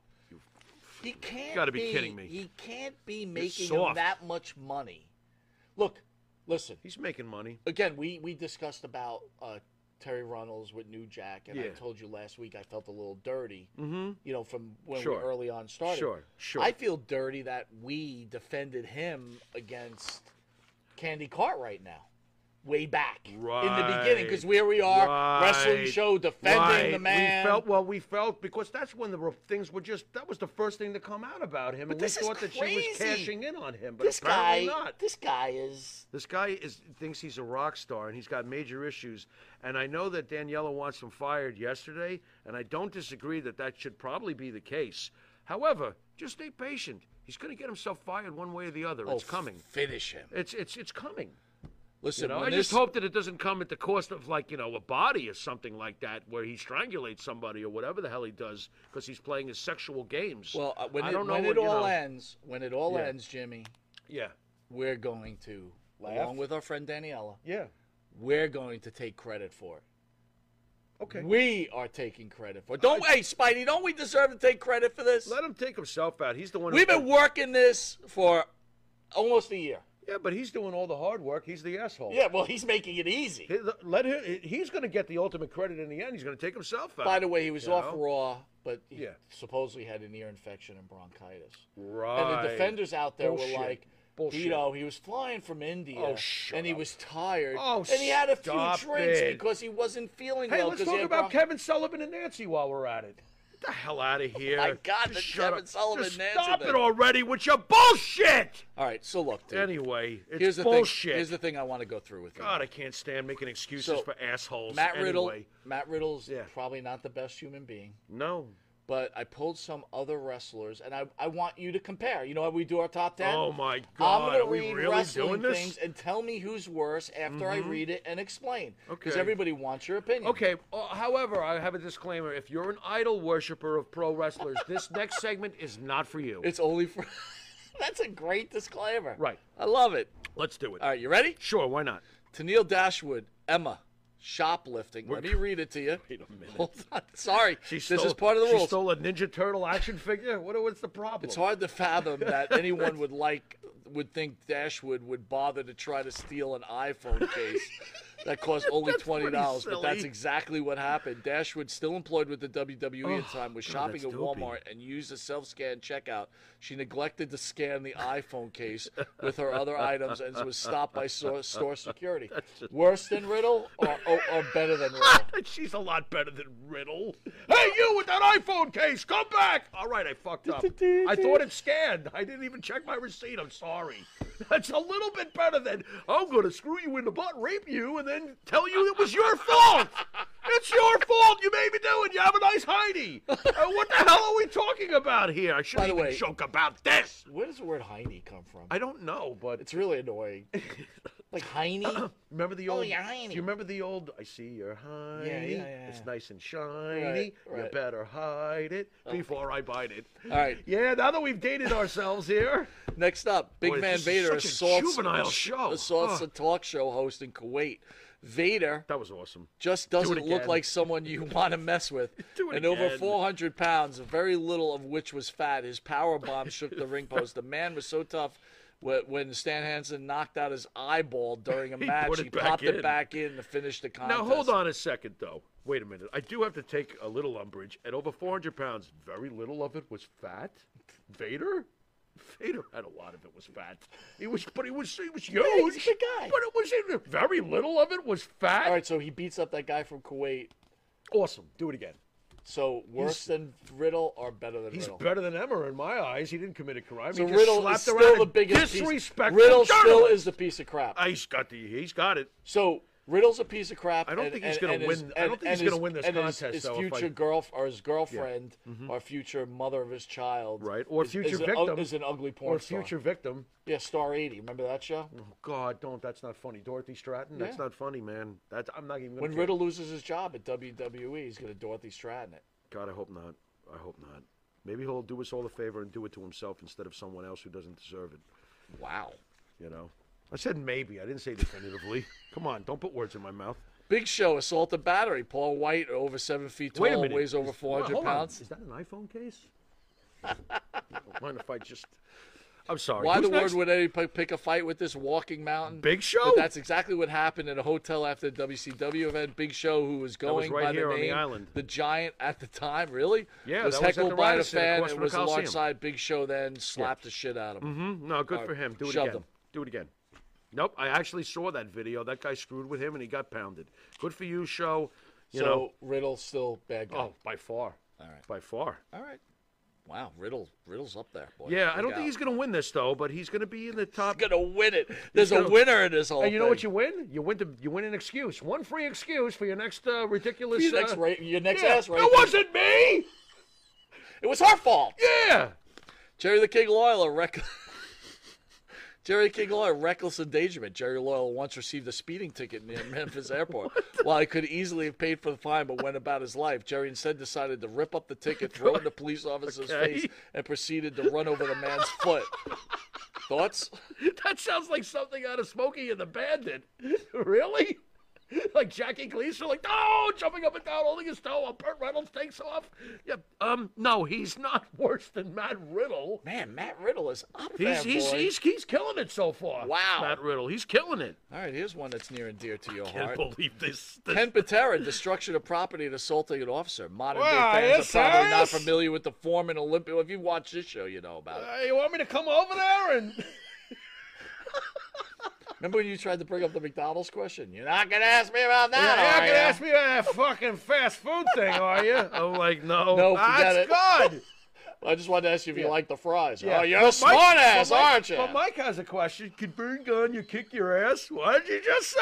he can't.
gotta be kidding me.
He can't be making him
soft.
that much money. Look, listen.
He's making money.
Again, we we discussed about uh, Terry Runnels with New Jack, and I
Yeah.
told you last week I felt a little dirty.
Mm-hmm.
You know, from when
Sure.
we early on started.
Sure, sure.
I feel dirty that we defended him against Candy Cartwright now. Way back in the beginning, because
Right,
where we are, wrestling
right,
show defending
right.
the man.
We felt well. We felt because that's when the re- things were just. That was the first thing to come out about him,
But
and
this
we
is
thought that she was
crazy.
cashing in on him, but
this guy,
apparently not.
this guy is
This guy is thinks he's a rock star and he's got major issues. And I know that Daniela wants him fired yesterday, and I don't disagree that that should probably be the case. However, just stay patient. He's going to get himself fired one way or the other.
Oh,
it's coming.
Finish him.
It's it's it's coming. You
Listen,
know,
when
I just
this-
hope that it doesn't come at the cost of like you know a body or something like that, where he strangulates somebody or whatever the hell he does because he's playing his sexual games.
Well, uh, when
I
it,
don't know
when
what,
it
you
all
know.
ends, when it all
Yeah.
ends, Jimmy,
Yeah.
we're going to,
Laugh?
along with our friend Daniela,
Yeah.
we're going to take credit for it.
Okay.
We are taking credit for it. Don't, hey, Spidey, don't we deserve to take credit for this?
Let him take himself out. He's the one. who-
We've been working this for almost a year.
Yeah, but he's doing all the hard work. He's the asshole.
Yeah, well, he's making it easy.
He- Let him. He's going to get the ultimate credit in the end. He's going to take himself out.
By the way, he was
you
off
know?
Raw, but he
Yeah.
supposedly had an ear infection and bronchitis.
Right.
And the defenders out there
Bullshit.
were like,
Bullshit.
you know, he was flying from India
Oh, shut
and he was tired.
Oh,
and he had a few
stop
drinks
it.
because he wasn't feeling
Hey,
well.
let's
'cause he
talk
had
about
bron-
Kevin Sullivan and Nancy while we're at it. Get the hell out of here!
Oh my God,
Just
the
shut
Kevin
up.
Sullivan
Just
Nancy
Stop
thing.
it already with your bullshit!
All right, so look, dude.
Anyway, it's
here's the
bullshit.
Thing, here's the thing I want to go through with you.
God, I can't stand making excuses
So,
for assholes.
Matt Riddle.
Anyway.
Matt Riddle's probably not the best human being.
No.
But I pulled some other wrestlers, and I, I want you to compare. You know how we do our top ten?
Oh my
I'm
God,
gonna
are we
read
really
wrestling
doing this?
things and tell me who's worse after I
Mhm.
read it and explain. Because
Okay.
everybody wants your opinion.
Okay. Uh, however, I have a disclaimer. If you're an idol worshiper of pro wrestlers,
(laughs)
this next segment is not for you.
It's only for. (laughs) That's a great disclaimer.
Right.
I love it.
Let's do it.
All right, you ready?
Sure, why not?
Taneel Dashwood, Emma, shoplifting. Let me read it to you. (laughs) Wait a minute. Hold on. Sorry.
She
this is
stole-
part of the
she
rules.
stole a Ninja Turtle action figure. What, what's the problem?
It's hard to fathom that anyone would like would think Dashwood would bother to try to steal an iPhone case that cost only
That's pretty
twenty dollars, but
silly.
that's exactly what happened. Dashwood, still employed with the WWE at the
Oh,
time, was
God,
shopping at
that's dopey.
Walmart and used a self-scan checkout. She neglected to scan the iPhone case with her other items and was stopped by so- store security. Worse than Riddle or, or, or better than (laughs) Riddle?
She's a lot better than Riddle. (laughs) Hey, you with that iPhone case, come back! All right, I fucked up. I thought it scanned. I didn't even check my receipt. I'm sorry. (laughs) That's a little bit better than I'm going to screw you in the butt, rape you, and then tell you it was your
(laughs)
fault. It's your fault. You made me do it. You have a nice Heidi. Uh, what the hell are we talking about here? I shouldn't
By the
even
way-
joke about this.
Where does the word Heine come from?
I don't know, but
It's
(laughs)
really annoying. Like Heine?
(coughs) Remember the
Oh,
old?
you're
do
hiney.
you remember the old? I see you're hiney.
yeah, yeah,
It's
yeah.
nice and shiny. You
right.
better hide it
Oh.
before I bite it.
All right.
Yeah. Now that we've dated ourselves here,
Next up, Big
Boy,
Man
this is
Vader
such a
assaults
juvenile show.
assaults
Ugh.
a talk show host in Kuwait. Vader
that was awesome.
just
Do it
doesn't look
again.
like someone you (laughs) want to mess with.
(laughs) Do it
and over
again.
400 pounds, very little of which was fat, his power bomb shook the ring post. The man was so tough. wh- When Stan Hansen knocked out his eyeball during
(laughs)
a
He
match,
put
he
it back
popped it
in.
back in to finish the contest.
Now hold on a second, though. Wait a minute. I do have to take a little umbrage. At over 400 pounds, very little of it was fat. Vader. Vader had a lot of it was fat. He was, but he was he was huge. But it was very little of it was fat.
All right, so he beats up that guy from Kuwait.
Awesome. Do it again.
So worse
He's-
than Riddle or better than
He's
Riddle?
better than Emmer in my eyes. He didn't commit a crime.
so
he just
Riddle
slapped
is still
around
the
a
biggest piece-
disrespectful
Riddle still
journalist.
is the piece of crap.
Ah, he's got the he's got it.
So Riddle's a piece of crap.
I don't
and-
think he's
and-
gonna
and his-
win- I don't
and-
think he's
and
gonna
his-
win this
and his-
contest,
His,
though, if I-
future girl or his girlfriend
Mhm.
or future mother of his child,
Right, or
is-
future
is an u-
victim,
is an ugly porn
or
star.
future victim.
Yeah, Star eighty. Remember that show?
Oh God, don't. That's not funny, Dorothy Stratton. That's
Yeah.
not funny, man. That's I'm not even. Gonna
When
care.
Riddle loses his job at WWE, he's gonna Dorothy Stratton it.
God, I hope not. I hope not. Maybe he'll do us all a favor and do it to himself instead of someone else who doesn't deserve it.
Wow.
You know, I said maybe. I didn't say
(laughs)
definitively. Come on, don't put words in my mouth.
Big Show assault and battery. Paul White over seven feet
Wait a
tall,
minute.
weighs over
Is-
four hundred
hold on.
pounds.
Is that an iPhone case? Don't (laughs) mind if I just. I'm sorry.
Why
Who's
the
next?
word would anybody pick a fight with this walking mountain?
Big Show?
But that's exactly what happened at a hotel after the WCW event. Big Show, who was
That was
going
right
by the
here
name
on the island.
the Giant at the time, really,
Yeah,
was
that was at
heckled
the
by
Radisson
a fan
across from
and
the
was
Coliseum.
alongside Big Show. Then slapped the shit out of him.
Mm-hmm. No, good
All
for
right,
him. Do it
shoved
again.
him.
Do it again. Nope. I actually saw that video. That guy screwed with him and he got pounded. Good for you, show. You
so
know.
Riddle still bad guy.
Oh, by far.
All right.
By far.
All right. Wow, Riddle, Riddle's up there, boy.
yeah, I
Look
don't think
out.
he's going to win this though, but he's going to be in the top.
He's gonna win it. There's a winner in this whole
And you know
thing.
what you win? You win the, You win an excuse. One free excuse for your next uh, ridiculous.
Your next
uh,
ra- your next
yeah.
ass rape.
It wasn't me.
It was her fault.
Yeah.
Jerry the King Lawler reck. (laughs) Jerry King Lawler reckless endangerment. Jerry Lawler once received a speeding ticket near (laughs) Memphis Airport. While he could easily have paid for the fine, but went about his life, Jerry instead decided to rip up the ticket, throw it in the police officer's
Okay.
face, and proceeded to run over the man's foot. Thoughts?
(laughs) That sounds like something out of Smokey and the Bandit. Really? Like Jackie Gleason, like oh, jumping up and down, holding his toe while Burt Reynolds takes off. Yeah, um, no, he's not (laughs) worse than Matt Riddle.
Man, Matt Riddle is up
He's
there,
he's,
boy.
he's he's killing it so far.
Wow.
Matt Riddle, he's killing it.
All right, here's one that's near and dear to your
Can't
heart.
believe this. this-
Ken Patera, destruction of property and assaulting an officer. Modern
Wow,
day fans
yes,
are probably not
yes.
familiar with the form in Olympia. If you watch this show, you know about it.
Hey, Uh, you want me to come over there and?
Remember when you tried to bring up the McDonald's question? You're not gonna ask me about
You're
that.
not
are
gonna
ya?
ask me about that fucking fast food thing, are you? (laughs) Ah, I'm like, no,
No, forget
that's
it.
good.
I just wanted to ask you if you
Yeah.
like the fries.
Yeah.
Oh, you're a
But
smart
Mike-
ass,
but Mike-
aren't you?
But Mike has a question. Could Burn Gun you kick your ass? What did you just say?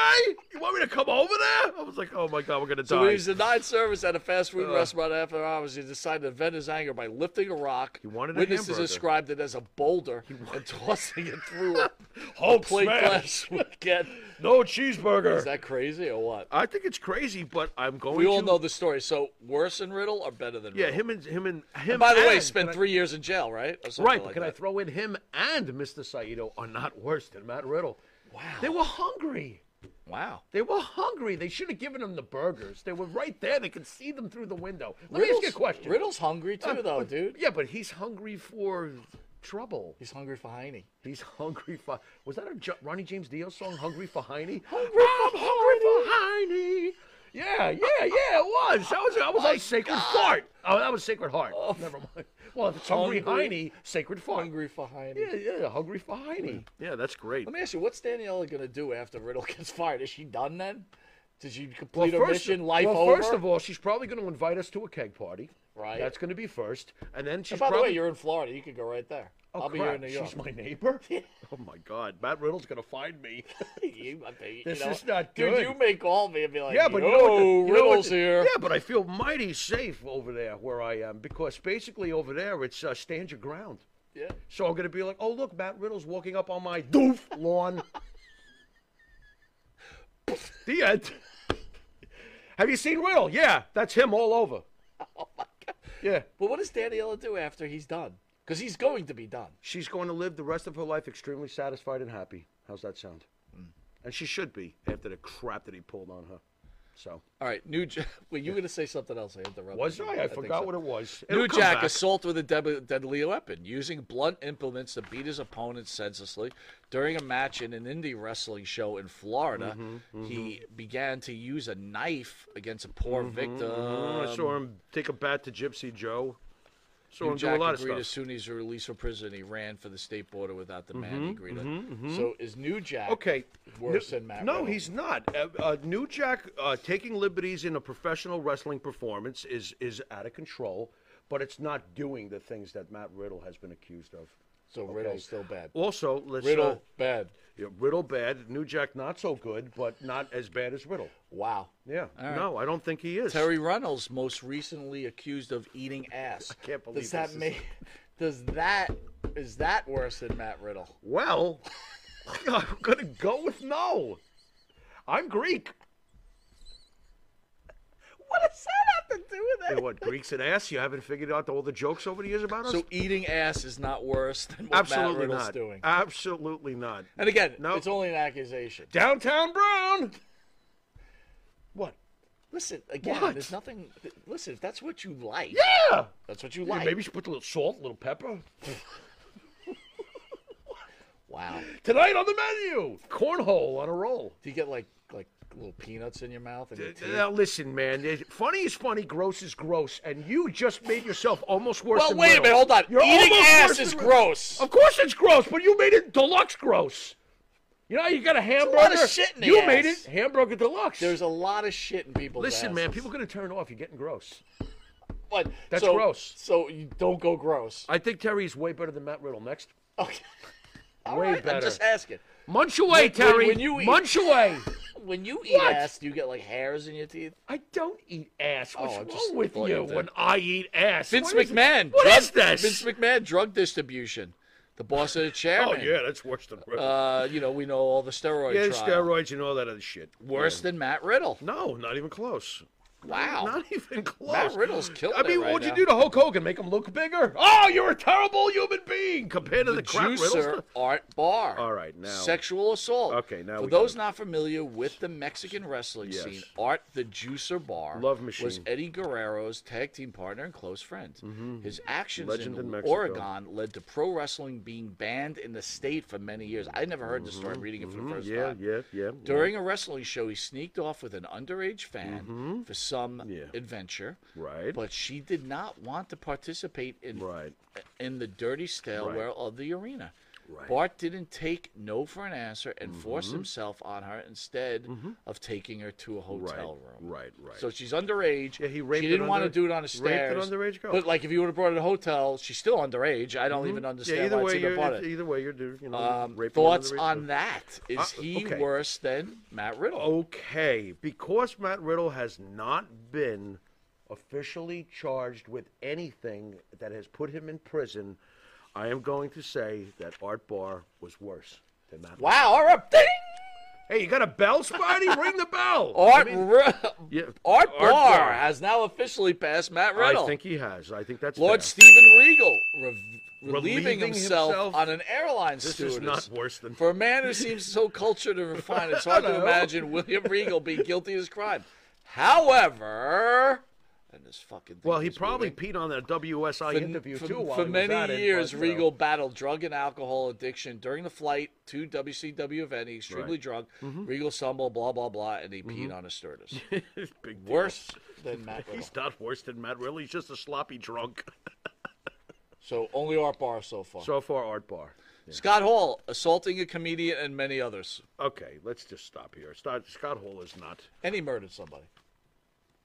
You want me to come over there? I was like, oh my god, we're gonna
so when
die. Uh.
he was denied service at a fast food
Ugh.
restaurant after hours, he decided to vent his anger by lifting a rock. He
wanted a
Witnesses
hamburger.
described it as a boulder (laughs) and tossing it through a
(laughs) Hulk
plate
smash.
glass weekend.
no cheeseburger.
Is that crazy or what?
I think it's crazy, but I'm going.
we all
to-
know the story. So worse than Riddle or better than
Yeah,
Riddle?
him and him and
And
him.
by the way,
and- can I-
spent three years in jail, right? Or something
Right, but
like
can I
that.
throw in him and Mr. Saito are not worse than Matt Riddle? Wow, they were hungry.
Wow.
They were hungry. They should have given them the burgers. They were right there. They could see them through the window. Let me ask you a
Riddle's-
question.
Riddle's hungry too,
Uh,
though,
but-
dude.
Yeah, but he's hungry for trouble.
He's hungry for Heine.
He's (laughs) hungry for. Was that a Jo- Ronnie James Dio song, "Hungry for Heine"? I'm hungry for Heine. Yeah, yeah, yeah. It was. That was. That was on Sacred Fart. Oh, that was Sacred Heart. Never mind. Well, if it's hungry,
Hungry-
Heine, Sacred Fart.
Hungry for Heine.
Yeah, yeah. Hungry for Heine. Yeah, that's great.
Let me ask you, what's Daniela gonna do after Riddle (laughs) gets fired? Is she done then? Did she
Well,
complete her
first,
mission? Life
well,
over.
first of all, she's probably going to invite us to a keg party.
Right.
That's going to be first, and then she's.
and by the
probably-
way, you're in Florida. You could go right there.
Oh,
I'll be here in New
crap,
York.
She's my
(laughs)
neighbor. oh my God, Matt Riddle's going to find me.
you, I think, you
This
know,
is not
Dude,
good.
you may call me and be like,
yeah, but
Yo,
you know what the- you know what
Riddle's
the-
here.
Yeah, but I feel mighty safe over there where I am because basically over there it's uh, stand your ground.
Yeah.
So I'm gonna be like, oh look, Matt Riddle's walking up on my doof lawn. (laughs) the end. Have you seen Riddle? Yeah, that's him all
(laughs)
over.
Oh
Yeah.
But what does Daniela do after he's done? Because he's going to be done.
She's going to live the rest of her life extremely satisfied and happy. How's that sound?
Mm.
And she should be after the crap that he pulled on her. So.
All right, New (laughs) Jack. Well, you were going to say something else. I interrupted.
Was
you.
I? I,
think
forgot
so.
what it was.
New
It'll come
Jack
back.
assault with a deadly, deadly weapon, using blunt implements to beat his opponent senselessly. During a match in an indie wrestling show in Florida,
Mm-hmm,
he began to use a knife against a poor
Mhm,
victim.
mhm. I saw him take a bat to Gypsy Joe. saw him do
Jack
a lot of
agreed
stuff.
as soon as he was released from prison, he ran for the state border without the man he
Mhm,
agreed on.
mhm, mhm.
So is New Jack
okay
worse
no,
than Matt?
No,
Riddle?
he's not. Uh, uh, New Jack uh, taking liberties in a professional wrestling performance is is out of control, but it's not doing the things that Matt Riddle has been accused of.
So Riddle's still bad.
Also, let's
Riddle,
uh,
bad.
Yeah, Riddle bad. New Jack not so good, but not as bad as Riddle.
Wow.
Yeah.
All right.
No, I don't think he is.
Terry Runnels most recently accused of eating ass. I
can't believe
does that
this is-
make (laughs) does that is that worse than Matt Riddle?
Well, (laughs) I'm gonna go with no. I'm Greek. What does that have to do with it? what Greeks and ass? You haven't figured out all the jokes over the years about us?
So eating ass is not worse than what Matt
Absolutely
Riddle's
not.
doing.
Absolutely not.
And again, it's only an accusation.
Downtown Brown. What?
Listen, again,
What?
there's nothing. Listen, if that's what you like,
Yeah.
that's what you
Yeah,
like.
maybe you should put a little salt, a little pepper.
(laughs) Wow.
Tonight on the menu, cornhole on a roll.
Do you get like (laughs) like little peanuts in your mouth and your teeth?
Now listen, man. it- Funny is funny, gross is gross, and you just made yourself almost worse.
Well,
than
wait a
Riddle.
minute, hold on.
You're
Eating
almost
ass
worse
is
than-
gross.
Of course it's gross, but you made it deluxe gross. You know, you got a
a
hamburger.
lot of shit in the
You made
ass.
it hamburger deluxe.
There's a lot of shit in people's
Listen, man,
asses.
people are gonna turn off. You're getting gross.
But
That's
so-
gross.
So you don't go gross. (laughs)
I think Terry's way better than Matt Riddle. Next.
Okay. All
way
right,
better.
I'm just asking.
Munch away,
When-
Terry.
When, when you eat,
Munch away.
When you eat
What?
ass, do you get like hairs in your teeth?
I don't eat ass.
Oh,
What's
I'm
wrong
just
with
thought
you
you did.
when I eat ass?
Vince
What is-
McMahon.
What
drug,
is this?
Vince McMahon, drug distribution. The boss of the
oh
chairman.
yeah, that's worse than Riddle.
Uh, you know, we know all the steroid
yeah,
trial.
steroids and all that other shit.
Worse than Matt Riddle.
No, not even close.
Wow.
Not (laughs) even close.
Matt Riddle's killing
I mean,
it right
what'd
now.
you do to Hulk Hogan? Make him look bigger? Oh, you're a terrible human being compared to the, crap Riddle
Juicer
stuff.
Art Bar.
All right, now.
Sexual assault.
Okay, now
For
we
those not familiar with the Mexican wrestling
Yes.
scene, Art the Juicer Bar
Love machine. Mm-hmm.
was Eddie Guerrero's tag team partner and close friend. His actions
Legend in
in,
Mexico.
Oregon led to pro wrestling being banned in the state for many years. I never heard this story. I'm reading it for the
Mhm,
first
yeah,
time.
Yeah, yeah, yeah.
During a wrestling show, he sneaked off with an underage fan
Mm-hmm.
for some adventure.
Right.
But she did not want to participate in
right.
in the dirty stairwell
Right.
of the arena.
Right.
Bart didn't take no for an answer and forced
Mhm.
himself on her instead of taking her to a hotel room.
Mm-hmm. Right, right.
So she's underage.
Yeah, he raped
she
an
didn't want
underage-
to do it on the
raped an
stairs.
underage girl. Mm-hmm.
But like, if you would have brought her to a hotel, she's still underage. I don't even understand
yeah, either
why
way,
it's even
you're,
brought
it's-
it.
either way, you're doing. You know,
Um,
raping
thoughts
another
on
race-
that? Is
Uh,
he
okay.
worse than Matt Riddle?
Okay, because Matt Riddle has not been officially charged with anything that has put him in prison, I am going to say that Art Barr was worse than Matt.
Wow! All right, ding!
Hey, you got a bell, (laughs) Spidey? Ring the bell.
Art
I mean,
Ri-
yeah,
Art Barr
Barr.
has now officially passed Matt Riddle.
I think he has. I think that's
Lord
fair.
Steven Regal re- relieving,
Relieving
himself,
himself?
on an airline
This is
stewardess.
not worse than
For a man who seems so cultured and refined,
(laughs)
it's hard to
Hello.
imagine William Regal being guilty of this crime. However, and this fucking thing
Well, he
is
probably
moving.
peed on that WSI
for,
interview
for-
too. While
for
he was
many
at it, but,
years,
you know.
Regal battled drug and alcohol addiction during the flight to WCW event. He extremely
Right.
drunk.
Mhm.
Regal stumbled, blah blah blah, and he peed
Mhm.
on a stewardess.
Big deal.
Worse
(laughs)
than Matt Riddle.
He's not worse than Matt Riddle. He's just a sloppy drunk.
So only Art Bar so far.
So far, Art Bar.
Scott Hall assaulting a comedian and many others.
Okay, let's just stop here. Scott, Scott Hall is not.
And he murdered somebody.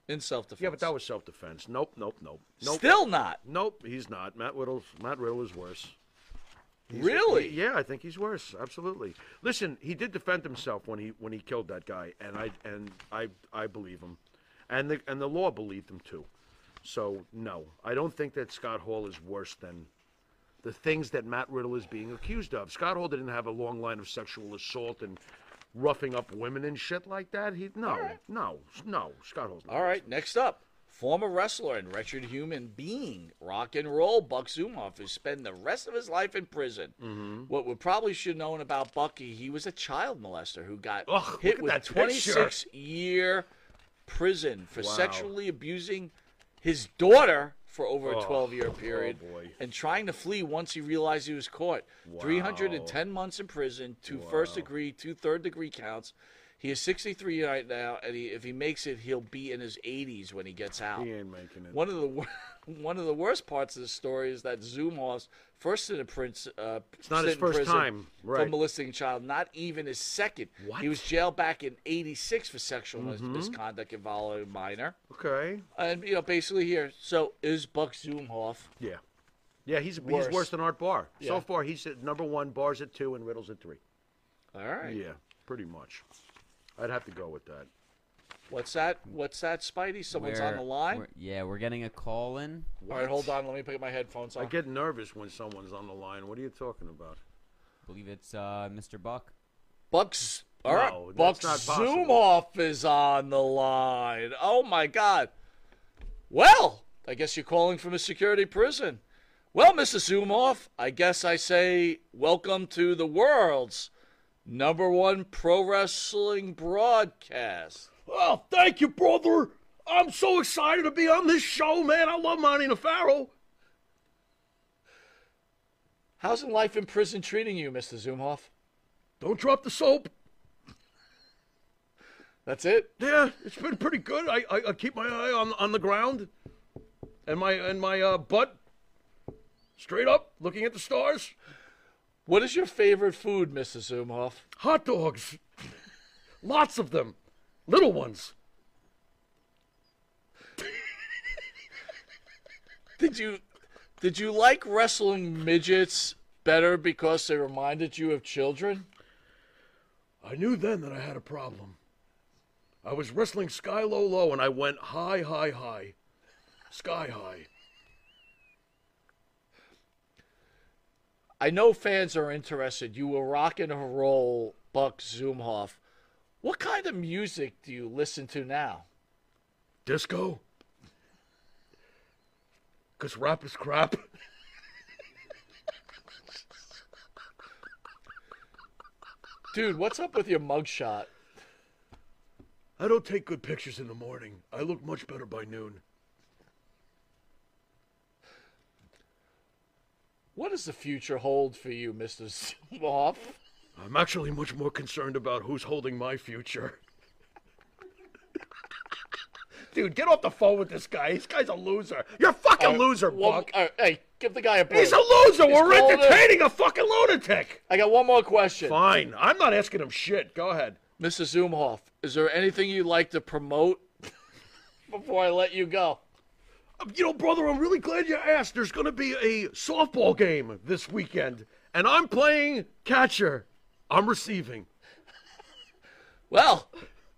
In self-defense.
Yeah, but that was self-defense. Nope, nope, nope, nope.
Still not.
Nope, he's not. Matt Riddle. Matt Riddle is worse. He's-
Really?
he- yeah, I think he's worse. Absolutely. Listen, he did defend himself when he when he killed that guy, and I and I I believe him, and the and the law believed him too. So no, I don't think that Scott Hall is worse than the things that Matt Riddle is being accused of. Scott Hall didn't have a long line of sexual assault and roughing up women and shit like that. He no, no, no. Scott Hall's not.
All right, next up. Former wrestler and wretched human being, rock and roll Buck Zumoff, who spent the rest of his life in prison.
Mm-hmm.
What we probably should have known about Bucky, he was a child molester who got
Ugh, look
hit
at
with
that
26 year prison for
Wow.
sexually abusing his daughter for over a
Oh,
12 year
oh
period
boy.
and trying to flee once he realized he was caught. 310 months in prison, two first degree, two third degree counts. He is 63 right now, and he, if he makes it, he'll be in his 80s when he gets out.
He ain't making it.
One of the wor- (laughs) one of the worst parts of the story is that Zumos first in a prince. Uh,
It's not his
sit in
first
prison
time,
for
right.
molesting a child. Not even his second.
What?
He was jailed back in '86 for sexual mis-
Mm-hmm.
Mhm.
misconduct involving a minor.
Okay.
And you know, basically here. So is Buck Zumhoff?
Yeah. Yeah, he's
Worse.
he's worse than Art Barr.
Yeah.
So far, he's at number one. Barr's at two, and Riddle's at three.
All right.
Yeah, pretty much. I'd have to go with that.
What's that? What's that, Spidey? Someone's on
We're-
the line.
we're- yeah, we're getting a call in.
All right, hold on. Let me pick up my headphones.
I
On.
get nervous when someone's on the line. What are you talking about?
believe it's uh, Mr. Buck.
Bucks. All right,
No,
Buck
that's not possible.
Zumoff is on the line. Oh my God. Well, I guess you're calling from a security prison. Well, Mr. Zumoff, I guess I say welcome to the world's number one pro wrestling broadcast.
Oh, thank you, brother. I'm so excited to be on this show, man. I love Monty Nefaro.
How's life in prison treating you, Mr. Zumoff?
Don't drop the soap.
That's it.
Yeah, it's been pretty good. I, I, I keep my eye on on the ground, and my and my uh, butt straight up, looking at the stars.
What is your favorite food, Mr. Zumoff?
Hot dogs. Lots of them. Little ones.
(laughs) Did you did you like wrestling midgets better because they reminded you of children?
I knew then that I had a problem. I was wrestling sky low low, and I went high high high, sky high.
I know fans are interested. You were rocking a roll, Buck Zumhoff. What kind of music do you listen to now?
Disco. Cause rap is crap. (laughs)
Dude, what's up with your mugshot?
I don't take good pictures in the morning. I look much better by noon.
What does the future hold for you, Mr. Zumhoff?
I'm actually much more concerned about who's holding my future. Dude, get off the phone with this guy. This guy's a loser. You're a fucking
All right,
loser,
one-
Buck.
all right, hey, give the guy a break.
He's a loser.
He's
We're
calling in.
entertaining a fucking lunatic.
I got one more question.
Fine. I'm not asking him shit. Go ahead.
Mr. Zumhoff, is there anything you'd like to promote (laughs) before I let you go?
Um, You know, brother, I'm really glad you asked. There's going to be a softball game this weekend, and I'm playing catcher. I'm receiving.
Well,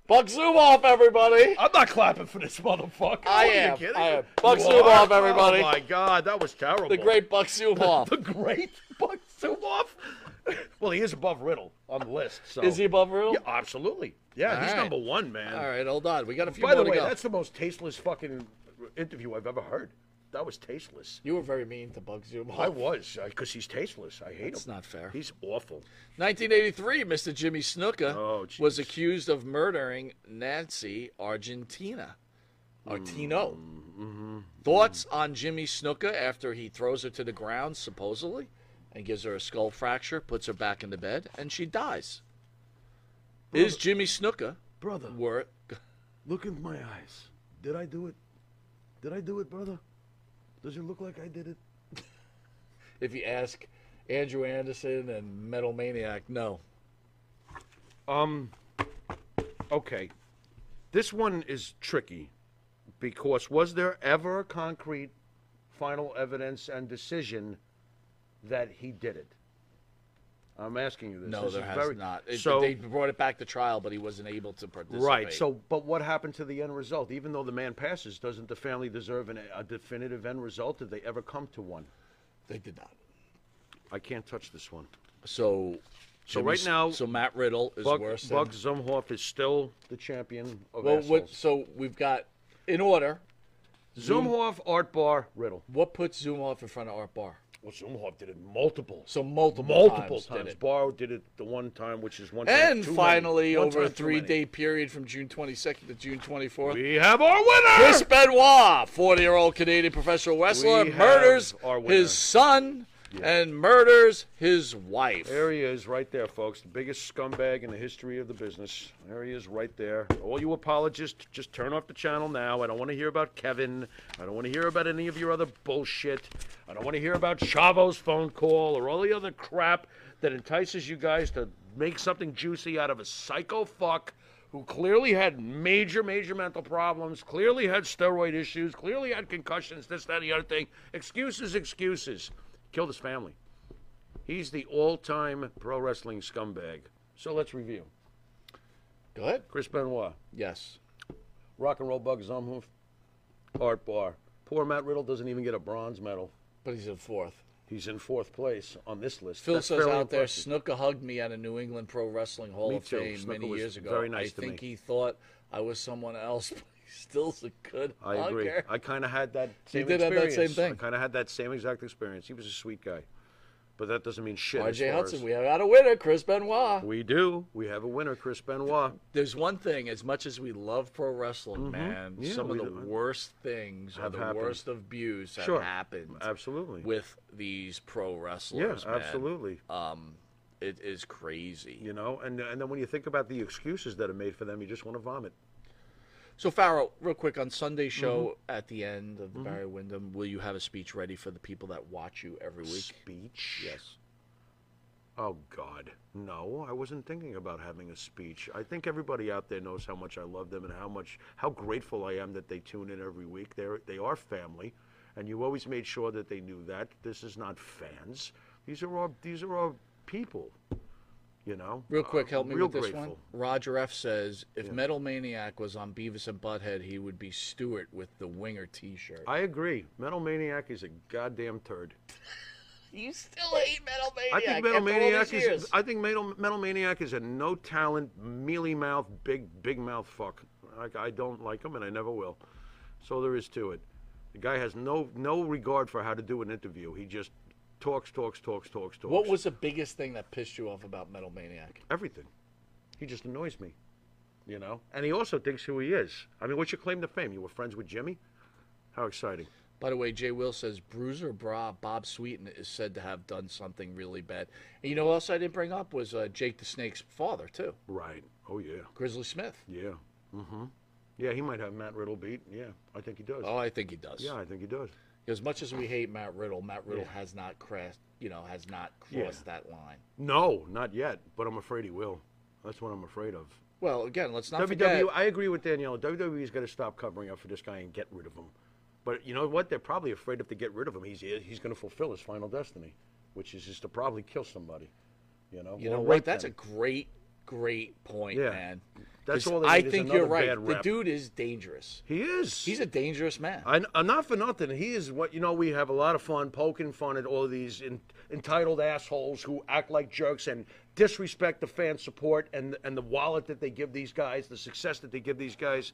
Buck Zumoff, everybody.
I'm not clapping for this motherfucker. What,
I
are you
am.
kidding?
I am. Buck
You
Zumoff,
are?
everybody.
Oh my god, that was terrible.
The great
(laughs)
Buck
(laughs)
Zumoff.
the great Buck Zumoff. Well, he is above Riddle on the list. So.
Is he above Riddle?
Yeah, absolutely. Yeah,
All
he's
right.
number one, man.
All right, hold on. We got a few
By the
more to
way,
go.
that's the most tasteless fucking interview I've ever heard. That was tasteless.
You were very mean to Buck Zumoff.
I was, because he's tasteless. I hate him.
That's not fair.
He's awful. Oh,
1983, Mr. Jimmy Snuka was accused of murdering Nancy Argentina. Artino.
Mm-hmm.
Thoughts on Jimmy Snuka after he throws her to the ground, supposedly, and gives her a skull fracture, puts her back in the bed, and she dies. Is Jimmy Snuka
brother
worth?
Look in my eyes. Did I do it? Did I do it, brother? Does it look like I did it?
If you ask Andrew Anderson and Metal Maniac, no.
Um. Okay. This one is tricky because was there ever concrete final evidence and decision that he did it? I'm asking you this.
No,
This
there
is
has
very-
not. It-
so
they brought it back to trial, but he wasn't able to participate.
right. So, but what happened to the end result? Even though the man passes, doesn't the family deserve an, a definitive end result? Did they ever come to one?
(laughs) They did not.
I can't touch this one.
So,
So
Jimmy
right
S-
now,
so Matt Riddle is
Buck,
worse.
Buck
than,
Zumhoff is still the champion of
well,
assholes.
what, so we've got in order.
Zumhoff, Art Bar, Riddle.
What puts Zumhoff in front of Art Bar?
Well, Zumhoff did it multiple.
So multiple,
multiple
times.
times.
Did it.
Barrow did it the one time, which is one. time
And
too
finally,
many. One
over a
time too many.
three-day period from June 22nd to June 24th,
we have our winner,
Chris Benoit, 40-year-old Canadian professional wrestler,
We have
murders
our winner.
his son and murders his wife.
There he is, right there, folks. The biggest scumbag in the history of the business. There he is, right there. All you apologists, just turn off the channel now. I don't want to hear about Kevin. I don't want to hear about any of your other bullshit. I don't want to hear about Chavo's phone call or all the other crap that entices you guys to make something juicy out of a psycho fuck who clearly had major, major mental problems, clearly had steroid issues, clearly had concussions, this, that, and the other thing. Excuses, excuses. Killed his family. He's the all time pro wrestling scumbag. So let's review.
Go ahead.
Chris Benoit,
Yes.
Rock and Roll Bug Zumhoof, Art Bar. Poor Matt Riddle doesn't even get a bronze medal.
But he's in fourth.
He's in fourth place on this list.
Phil
That's
says
fairly
out there,
impressive.
Snooker hugged me at a New England Pro Wrestling Hall
Me
of
too.
Fame
Snuka
many
was
years ago.
very nice
I
to
think
me.
he thought I was someone else, (laughs) but he still's a good
I agree.
hugger.
I kind of had that
He
same
did have that
experience.
same
I
thing.
kind of had that same exact experience. He was a sweet guy, but that doesn't mean shit. as
RJ
far
Hudson,
as-
we have got a winner, Chris Benoit.
We do. We have a winner, Chris Benoit.
There's one thing, as much as we love pro wrestling,
Mhm.
man,
Yeah,
some of
we
the
do.
worst things or
Have
the
happened.
worst abuse have
Sure.
happened.
Absolutely.
With these pro wrestlers. man.
absolutely.
Um, it is crazy.
You know, and and then when you think about the excuses that are made for them, you just want to vomit. Mm-hmm.
So Farrell, real quick on Sunday show at the end of the Barry Windham, will you have a speech ready for the people that watch you every week?
Speech?
Yes.
Oh God, no! I wasn't thinking about having a speech. I think everybody out there knows how much I love them and how much how grateful I am that they tune in every week. They they are family, and you always made sure that they knew that this is not fans. These are all these are all people. You know.
Real quick,
Uh,
help me
real
with this one.
grateful.
Roger F says if Metal Maniac was on Beavis and Butthead, he would be Stewart with the winger T-shirt.
I agree. Metal Maniac is a goddamn turd.
(laughs) You still hate Metal
I think Metal Maniac is. I think Metal, Metal Maniac is a no talent, mealy mouth, big big mouth fuck. I, I don't like him, and I never will. So there is to it. The guy has no no regard for how to do an interview. He just talks, talks, talks, talks, talks.
What was the biggest thing that pissed you off about Metal Maniac?
everything? He just annoys me, you know. And he also thinks who he is. I mean, what's your claim to fame? You were friends with Jimmy? How exciting!
By the way, Jay Will says Bruiser Bra Bob Sweeten is said to have done something really bad. And you know what else I didn't bring up was uh, Jake the Snake's father too,
Right. Oh yeah.
Grizzly Smith.
Yeah. Mm-hmm. Yeah, he might have Matt Riddle beat. Yeah, I think he does.
Oh, I think he does.
Yeah, I think he does.
As much as we hate Matt Riddle, Matt Riddle
Yeah.
has not crossed, you know, has not
Yeah.
crossed that line.
No, not yet, but I'm afraid he will. That's what I'm afraid of.
Well, again, let's not
WWE,
forget.
E, I agree with Danielle. WWE's got to stop covering up for this guy and get rid of him. But you know what? They're probably afraid if they get rid of him, he's he's going to fulfill his final destiny, which is just to probably kill somebody. You know.
You
or
know
rape
what? That's
them.
a great, great point,
Yeah.
man.
That's
'Cause
all they
I
need is
think you're
another
right.
bad
the
rep.
dude is dangerous.
He is.
He's a dangerous man.
I, uh, not for nothing. He is what you know. We have a lot of fun poking fun at all of these en- entitled assholes who act like jerks and disrespect the fan support and and the wallet that they give these guys, the success that they give these guys.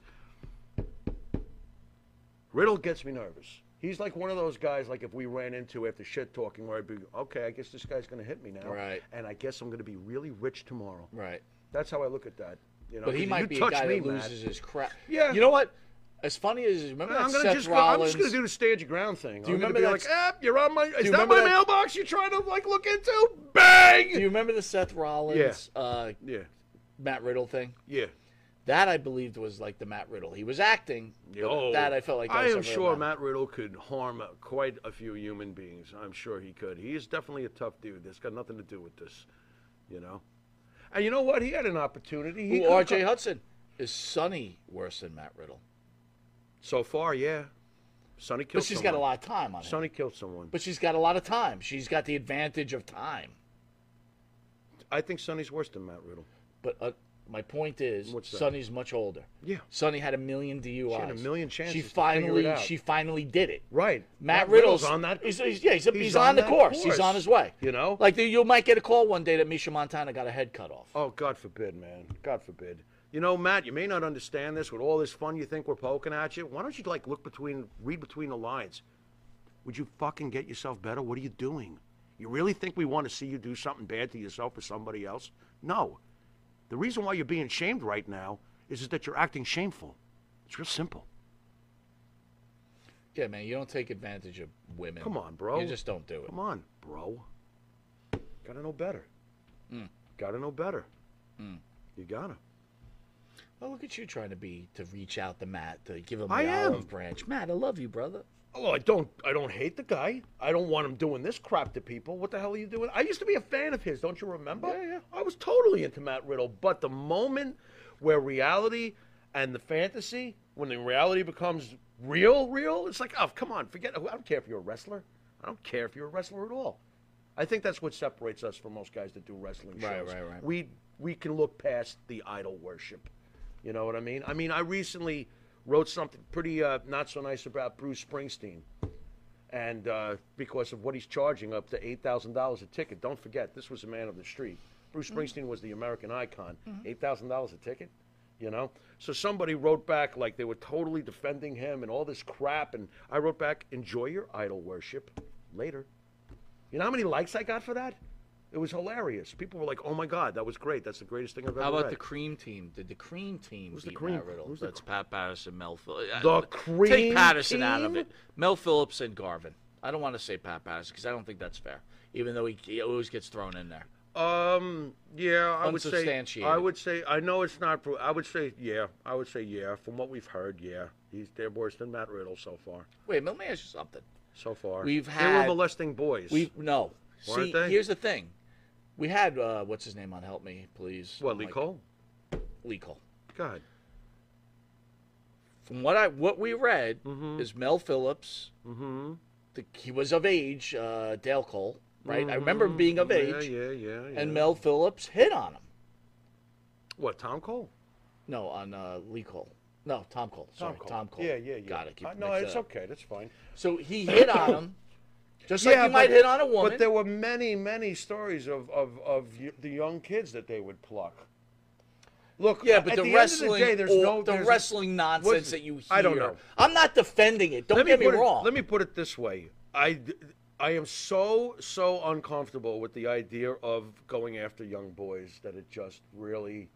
Riddle gets me nervous. He's like one of those guys. Like if we ran into after shit talking, where I'd be okay. I guess this guy's gonna hit me now,
Right.
And I guess I'm gonna be really rich tomorrow.
Right.
That's how I look at that. You know,
but he
you
might be a
touch
guy
me,
that
Matt.
loses his crap.
Yeah.
You know what? As funny as remember that
I'm gonna
Seth
just go, I'm
Rollins.
just gonna do the stand your ground thing.
Do you
I'm gonna
remember
be
that
like,
s-
ah, you're on my. Is that
you remember
my
that-
mailbox you're trying to like look into? Bang!
do you remember the Seth Rollins? Uh,
yeah.
Matt Riddle thing.
Yeah.
That I believed was like the Matt Riddle. He was acting. but
Oh,
that I felt like that
I
was
am
separate
sure
Matt.
Matt Riddle could harm uh, quite a few human beings. I'm sure he could. He is definitely a tough dude. That's got nothing to do with this, you know. And you know what? He had an opportunity. He
Ooh,
could've
R.J.
co-
Hudson is Sonny worse than Matt Riddle,
So far, yeah. Sonny killed.
but she's
someone.
got a lot of time on it.
Sonny killed someone.
But she's got a lot of time. She's got the advantage of time.
I think Sonny's worse than Matt Riddle.
But uh, my point is,
What's that?
Sonny's much older.
Yeah.
Sonny had a million DUIs.
a million
She
chances to figure it
finally,
out.
she finally did it.
Right. Matt
Matt, Riddle's,
Riddle's on that-
He's, he's- yeah, he's,
He's
he's
on
on, the
that
course. He's
course,
on his way.
you know?
Oh. like the, you might get a call one day that Misha Montana got a head cut off.
Oh, God forbid, man. God forbid. You know, Matt, you may not understand this with all this fun you think we're poking at you. Why don't you, like, look between, read between the lines? Would you fucking get yourself better? What are you doing? You really think we want to see you do something bad to yourself or somebody else? No. The reason why you're being shamed right now is, is that you're acting shameful. It's real simple.
Yeah, man, you don't take advantage of women.
Come on, bro.
You just don't do it.
Come on, bro. Gotta know better.
Mm.
Gotta know better.
Mm.
You gotta.
Well, Oh, look at you trying to be to reach out to Matt to give him the
I am.
olive branch. Matt, I love you, brother.
Oh, I don't. I don't hate the guy. I don't want him doing this crap to people. What the hell are you doing? I used to be a fan of his. Don't you remember? Yeah, yeah. I was totally into Matt Riddle, but the moment where reality and the fantasy, when the reality becomes real, real, it's like, oh, come on, forget. I don't care if you're a wrestler. I don't care if you're a wrestler at all. I think that's what separates us from most guys that do wrestling shows.
Right, right, right.
We we can look past the idol worship. You know what I mean? I mean, I recently wrote something pretty uh, not so nice about Bruce Springsteen, and uh, because of what he's charging up to eight thousand dollars a ticket. Don't forget, this was a man of the street. Bruce
Mhm.
Springsteen was the American icon.
Mhm.
thousand dollars a ticket, you know. So somebody wrote back like they were totally defending him and all this crap, and I wrote back, "Enjoy your idol worship." Later. You know how many likes I got for that? It was hilarious. People were like, "Oh my God, that was great! That's the greatest thing I've ever
How about
read."
the Cream Team? Did the Cream Team
Who's the
beat
Cream-
Matt Riddle?
who's the
That's Pat Patterson, Mel Phillips.
The
Take
Cream
Patterson out of
Team?
it. Mel Phillips and Garvin. I don't want to say Pat Patterson because I don't think that's fair. Even though he, he always gets thrown in there.
Um. Yeah, I would say. I
Unsubstantiated.
would say. I know it's not. pro- I would say. Yeah. I would say. Yeah. From what we've heard, yeah, he's they're worse than Matt Riddle so far.
Wait, let me ask you something.
So far,
We've
they
had-
were molesting boys.
We no.
Weren't
See,
they?
here's the thing. We had uh, what's his name on Help Me, please.
What, Lee Cole?
Lee Cole.
God.
From what I what we read is Mel Phillips.
Mm-hmm.
The, he was of age, uh, Dale Cole, right? I remember him being of
Yeah,
age.
yeah, yeah, yeah.
And Mel Phillips hit on him.
What? Tom Cole?
No, on uh, Lee Cole. No, Tom Cole. Sorry, Tom Cole.
Yeah, yeah, yeah.
Got it. Keep
Uh, no,
mixing
it's
it up.
okay. That's fine.
So he hit on him, just like
Yeah,
you might
but-
hit on a woman.
But there were many, many stories of of of y- the young kids that they would pluck. Look,
Yeah, but
at
the,
the, end
wrestling,
of the day, there's
or
no
the
there's-
wrestling nonsense
Listen,
that you hear.
I don't know.
I'm not defending it. Don't
Let
get me
put it-
wrong.
let me put it this way: I, I am so so uncomfortable with the idea of going after young boys that it just really,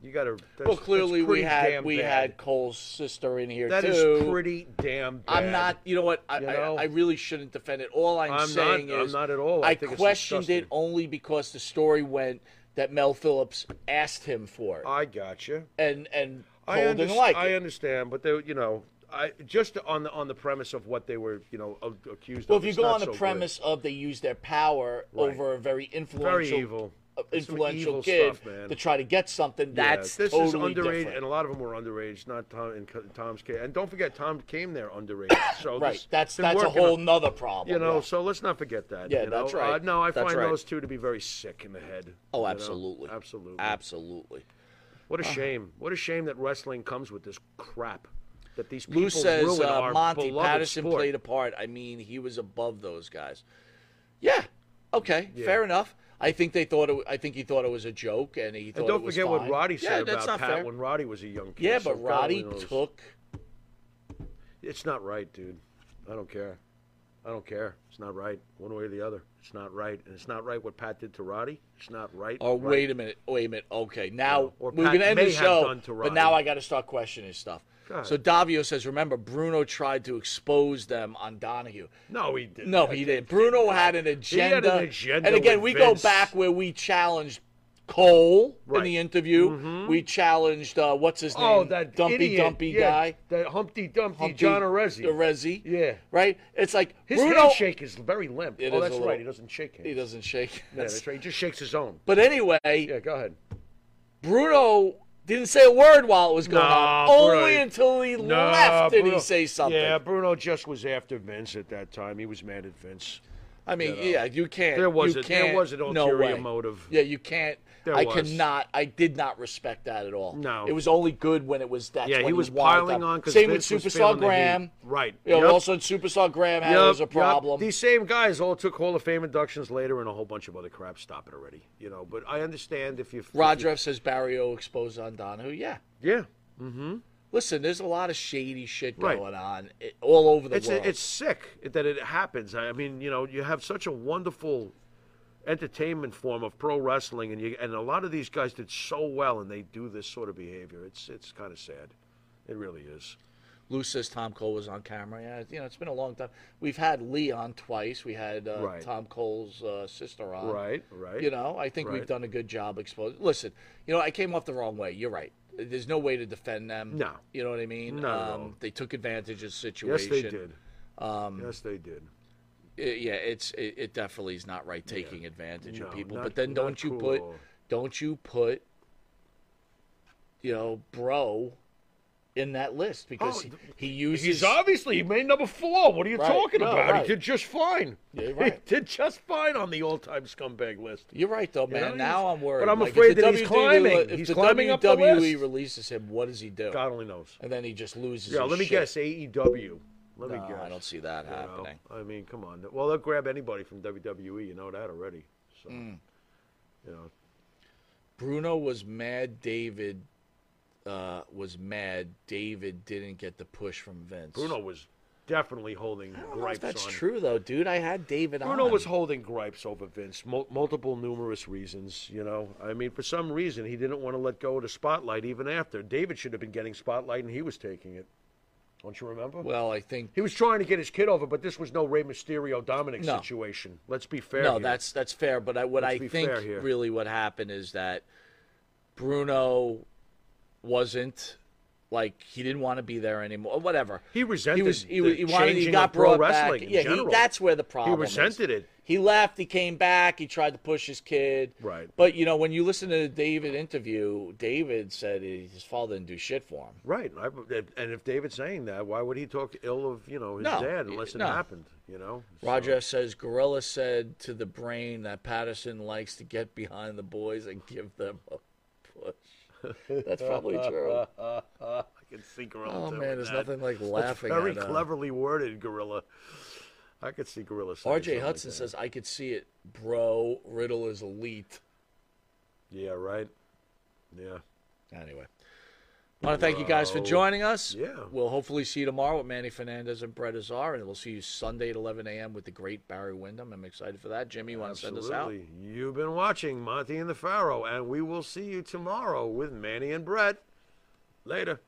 you got to.
well, clearly we had we had Cole's sister in here
That
too.
is pretty damn bad.
I'm not. You know what? I,
You know?
I, I really shouldn't defend it. All I'm,
I'm not-
saying
I'm
is
not at all. I
I,
think it's
questioned
disgusting.
it only because the story went that Mel Phillips asked him for it,
I gotcha.
and and Cole
I,
didn't
underst-
like it.
I understand, but they, you know, I just on the on the premise of what they were, you know, a- accused
Well,
of.
if you
it's
go
not
on the
so good.
premise of they use their power
Right.
over a very influential,
evil.
uh,
It's some
influential
evil
kid
stuff, man.
to try to get something,
Yeah,
that's
this
totally
is underage,
different.
and a lot of them were underage. Not Tom and Co- Tom's case, and don't forget Tom came there underage. So
Right,
this-
that's-
they're
that's a
working
whole
on-
nother problem,
You know,
yeah.
so let's not forget that.
Yeah,
you know?
that's right.
Uh, no, I
That's
find
right.
those two to be very sick in the head. you
oh,
know?
absolutely,
absolutely,
absolutely.
What a
Ah.
shame! What a shame that wrestling comes with this crap. That these people
Lou says
ruin
uh,
our
Monty
beloved
Patterson
sport.
played a part. I mean, he was above those guys. Yeah. Okay.
Yeah.
Fair enough. I think they thought. It, I think he thought it was a joke, and he thought
And
it
don't
was
forget what
fine.
Roddy
yeah,
said
that's
about
not
Pat
fair.
when Roddy was a young kid.
yeah,
so
but
God
Roddy
knows.
took.
It's not right, dude. I don't care. I don't care. It's not right, one way or the other. It's not right, and it's not right what Pat did to Roddy. It's not right.
Oh,
right.
wait a minute. Wait a minute. Okay, now
Or
we're
Pat
going to end
may
the
have
show,
done to
but
Roddy.
now I got to start questioning stuff.
God.
So Davio says, remember, Bruno tried to expose them on Donahue.
No, he didn't.
No, he didn't. Bruno had an agenda.
agenda
And again,
with
we
Vince.
go back where we challenged Cole
Right. Mm-hmm.
in the interview. We challenged, uh, what's his name?
Oh, that
Dumpy
idiot.
Dumpy
Yeah,
guy.
that Humpty Dumpty,
Humpty
John Arezzi.
Arezzi.
Yeah.
Right? It's like
His
Bruno.
handshake is very limp.
It
oh,
is
that's
a little-
right. He doesn't shake hands.
He doesn't shake.
Yeah, that's right. He just shakes his own.
But anyway,
Yeah, go ahead.
Bruno didn't say a word while it was going on.
Nah,
Only
Bruno-
until he
Nah,
left did
Bruno-
he say something.
Yeah, Bruno just was after Vince at that time. He was mad at Vince.
I mean,
know.
yeah, you can't.
There was
you
a- there
can't-
was an
no
ulterior
way.
motive.
Yeah, you can't.
There
I
was.
cannot. I did not respect that at all.
No.
it was only good when it was that.
yeah, he was piling on because
Same
Vince
with
was
Superstar
feeling the heat.
Graham.
Right.
You know,
Yep.
Also, Superstar Graham had it
Yup,
was a
yup.
problem.
These same guys all took Hall of Fame inductions later and a whole bunch of other crap. Stop it already. You know, but I understand if you.
Roger F says Barrio exposed on Donahue. Yeah.
Yeah. Mm-hmm.
Listen, there's a lot of shady shit
Right.
going on eh, all over the
it's,
world.
It's sick that it happens. I mean, you know, you have such a wonderful entertainment form of pro wrestling, and you and a lot of these guys did so well, and they do this sort of behavior. It's it's kind of sad. It really is.
Lou says Tom Cole was on camera. Yeah, you know, it's been a long time. We've had Lee on twice. We had uh,
Right.
Tom Cole's uh, sister on.
Right, right,
You know, I think we've
right.
done a good job exposing. Listen, you know, I came off the wrong way. You're right. There's no way to defend them.
No.
You know what I mean?
Not at
um,
all.
They took advantage of the
Yes,
situation.
they did.
Um,
yes, they did.
it- yeah, it's it, it definitely is not right taking advantage
No,
of people.
not-
but then don't
not
you
cool at
put
all.
don't you put you know bro in that list because he, he uses
Oh, He's obviously he made number four. What are you
Right,
talking
no,
about?
right.
He did just fine.
Yeah, right.
He did just fine on the all-time scumbag list.
You're right though,
You know,
man.
he's-
now I'm worried.
But I'm
Like, if
afraid
the
that he's
WWE
climbing.
If
he's
the
climbing
WWE
up the list.
releases him, what does he do?
God only knows.
And then he just loses.
Yeah,
his
let me
shit.
guess. AEW. Let me
No,
guess.
I don't see that
You know,
happening.
I mean, come on. Well, they'll grab anybody from WWE. You know that already. So,
Hmm.
you know,
Bruno was mad. David uh, was mad. David didn't get the push from Vince.
Bruno was definitely holding
I don't know
gripes
if that's
on.
true though, dude. I had David
Bruno
on.
was holding gripes over Vince, mul- multiple, numerous reasons. You know, I mean, for some reason he didn't want to let go of the spotlight even after David should have been getting spotlight and he was taking it. Don't you remember?
Well, I think
he was trying to get his kid over, but this was no Rey Mysterio Dominic
No.
situation. Let's be fair.
No,
here.
oh, that's that's fair. But I, what
Let's
I
be
think
fair here.
really what happened is that Bruno wasn't like he didn't want to be there anymore. Whatever.
He resented.
He was. He,
the
was- he wanted. He
changing
got
of pro
brought
wrestling
back.
in
Yeah. He,
general.
that's where the problem.
He resented
is.
it.
He left. He came back. He tried to push his kid.
Right.
But you know, when you listen to the David interview, David said he- his father didn't do shit for him.
Right, I, and if David's saying that, why would he talk ill of you know his
No,
dad unless it
no.
happened? You know, So-
Roger says Gorilla said to the brain that Patterson likes to get behind the boys and give them a push. That's probably true.
(laughs) I can see Gorilla.
Oh,
doing
man, there's
that.
nothing like
That's
laughing
Very
at, uh,
cleverly worded, Gorilla. I could see Gorilla. saying
R.J.
something like
Hudson
that.
says I could see it, bro. Riddle is elite.
"Yeah, right. Yeah."
Anyway, I want to thank you guys for
Bro.
joining us.
Yeah.
We'll hopefully see you tomorrow with Manny Fernandez and Brett Azar, and we'll see you Sunday at 11 a.m. with the great Barry Windham. I'm excited for that. Jimmy, you want to send us out?
Absolutely. You've been watching Monty and the Pharaoh, and we will see you tomorrow with Manny and Brett. Later.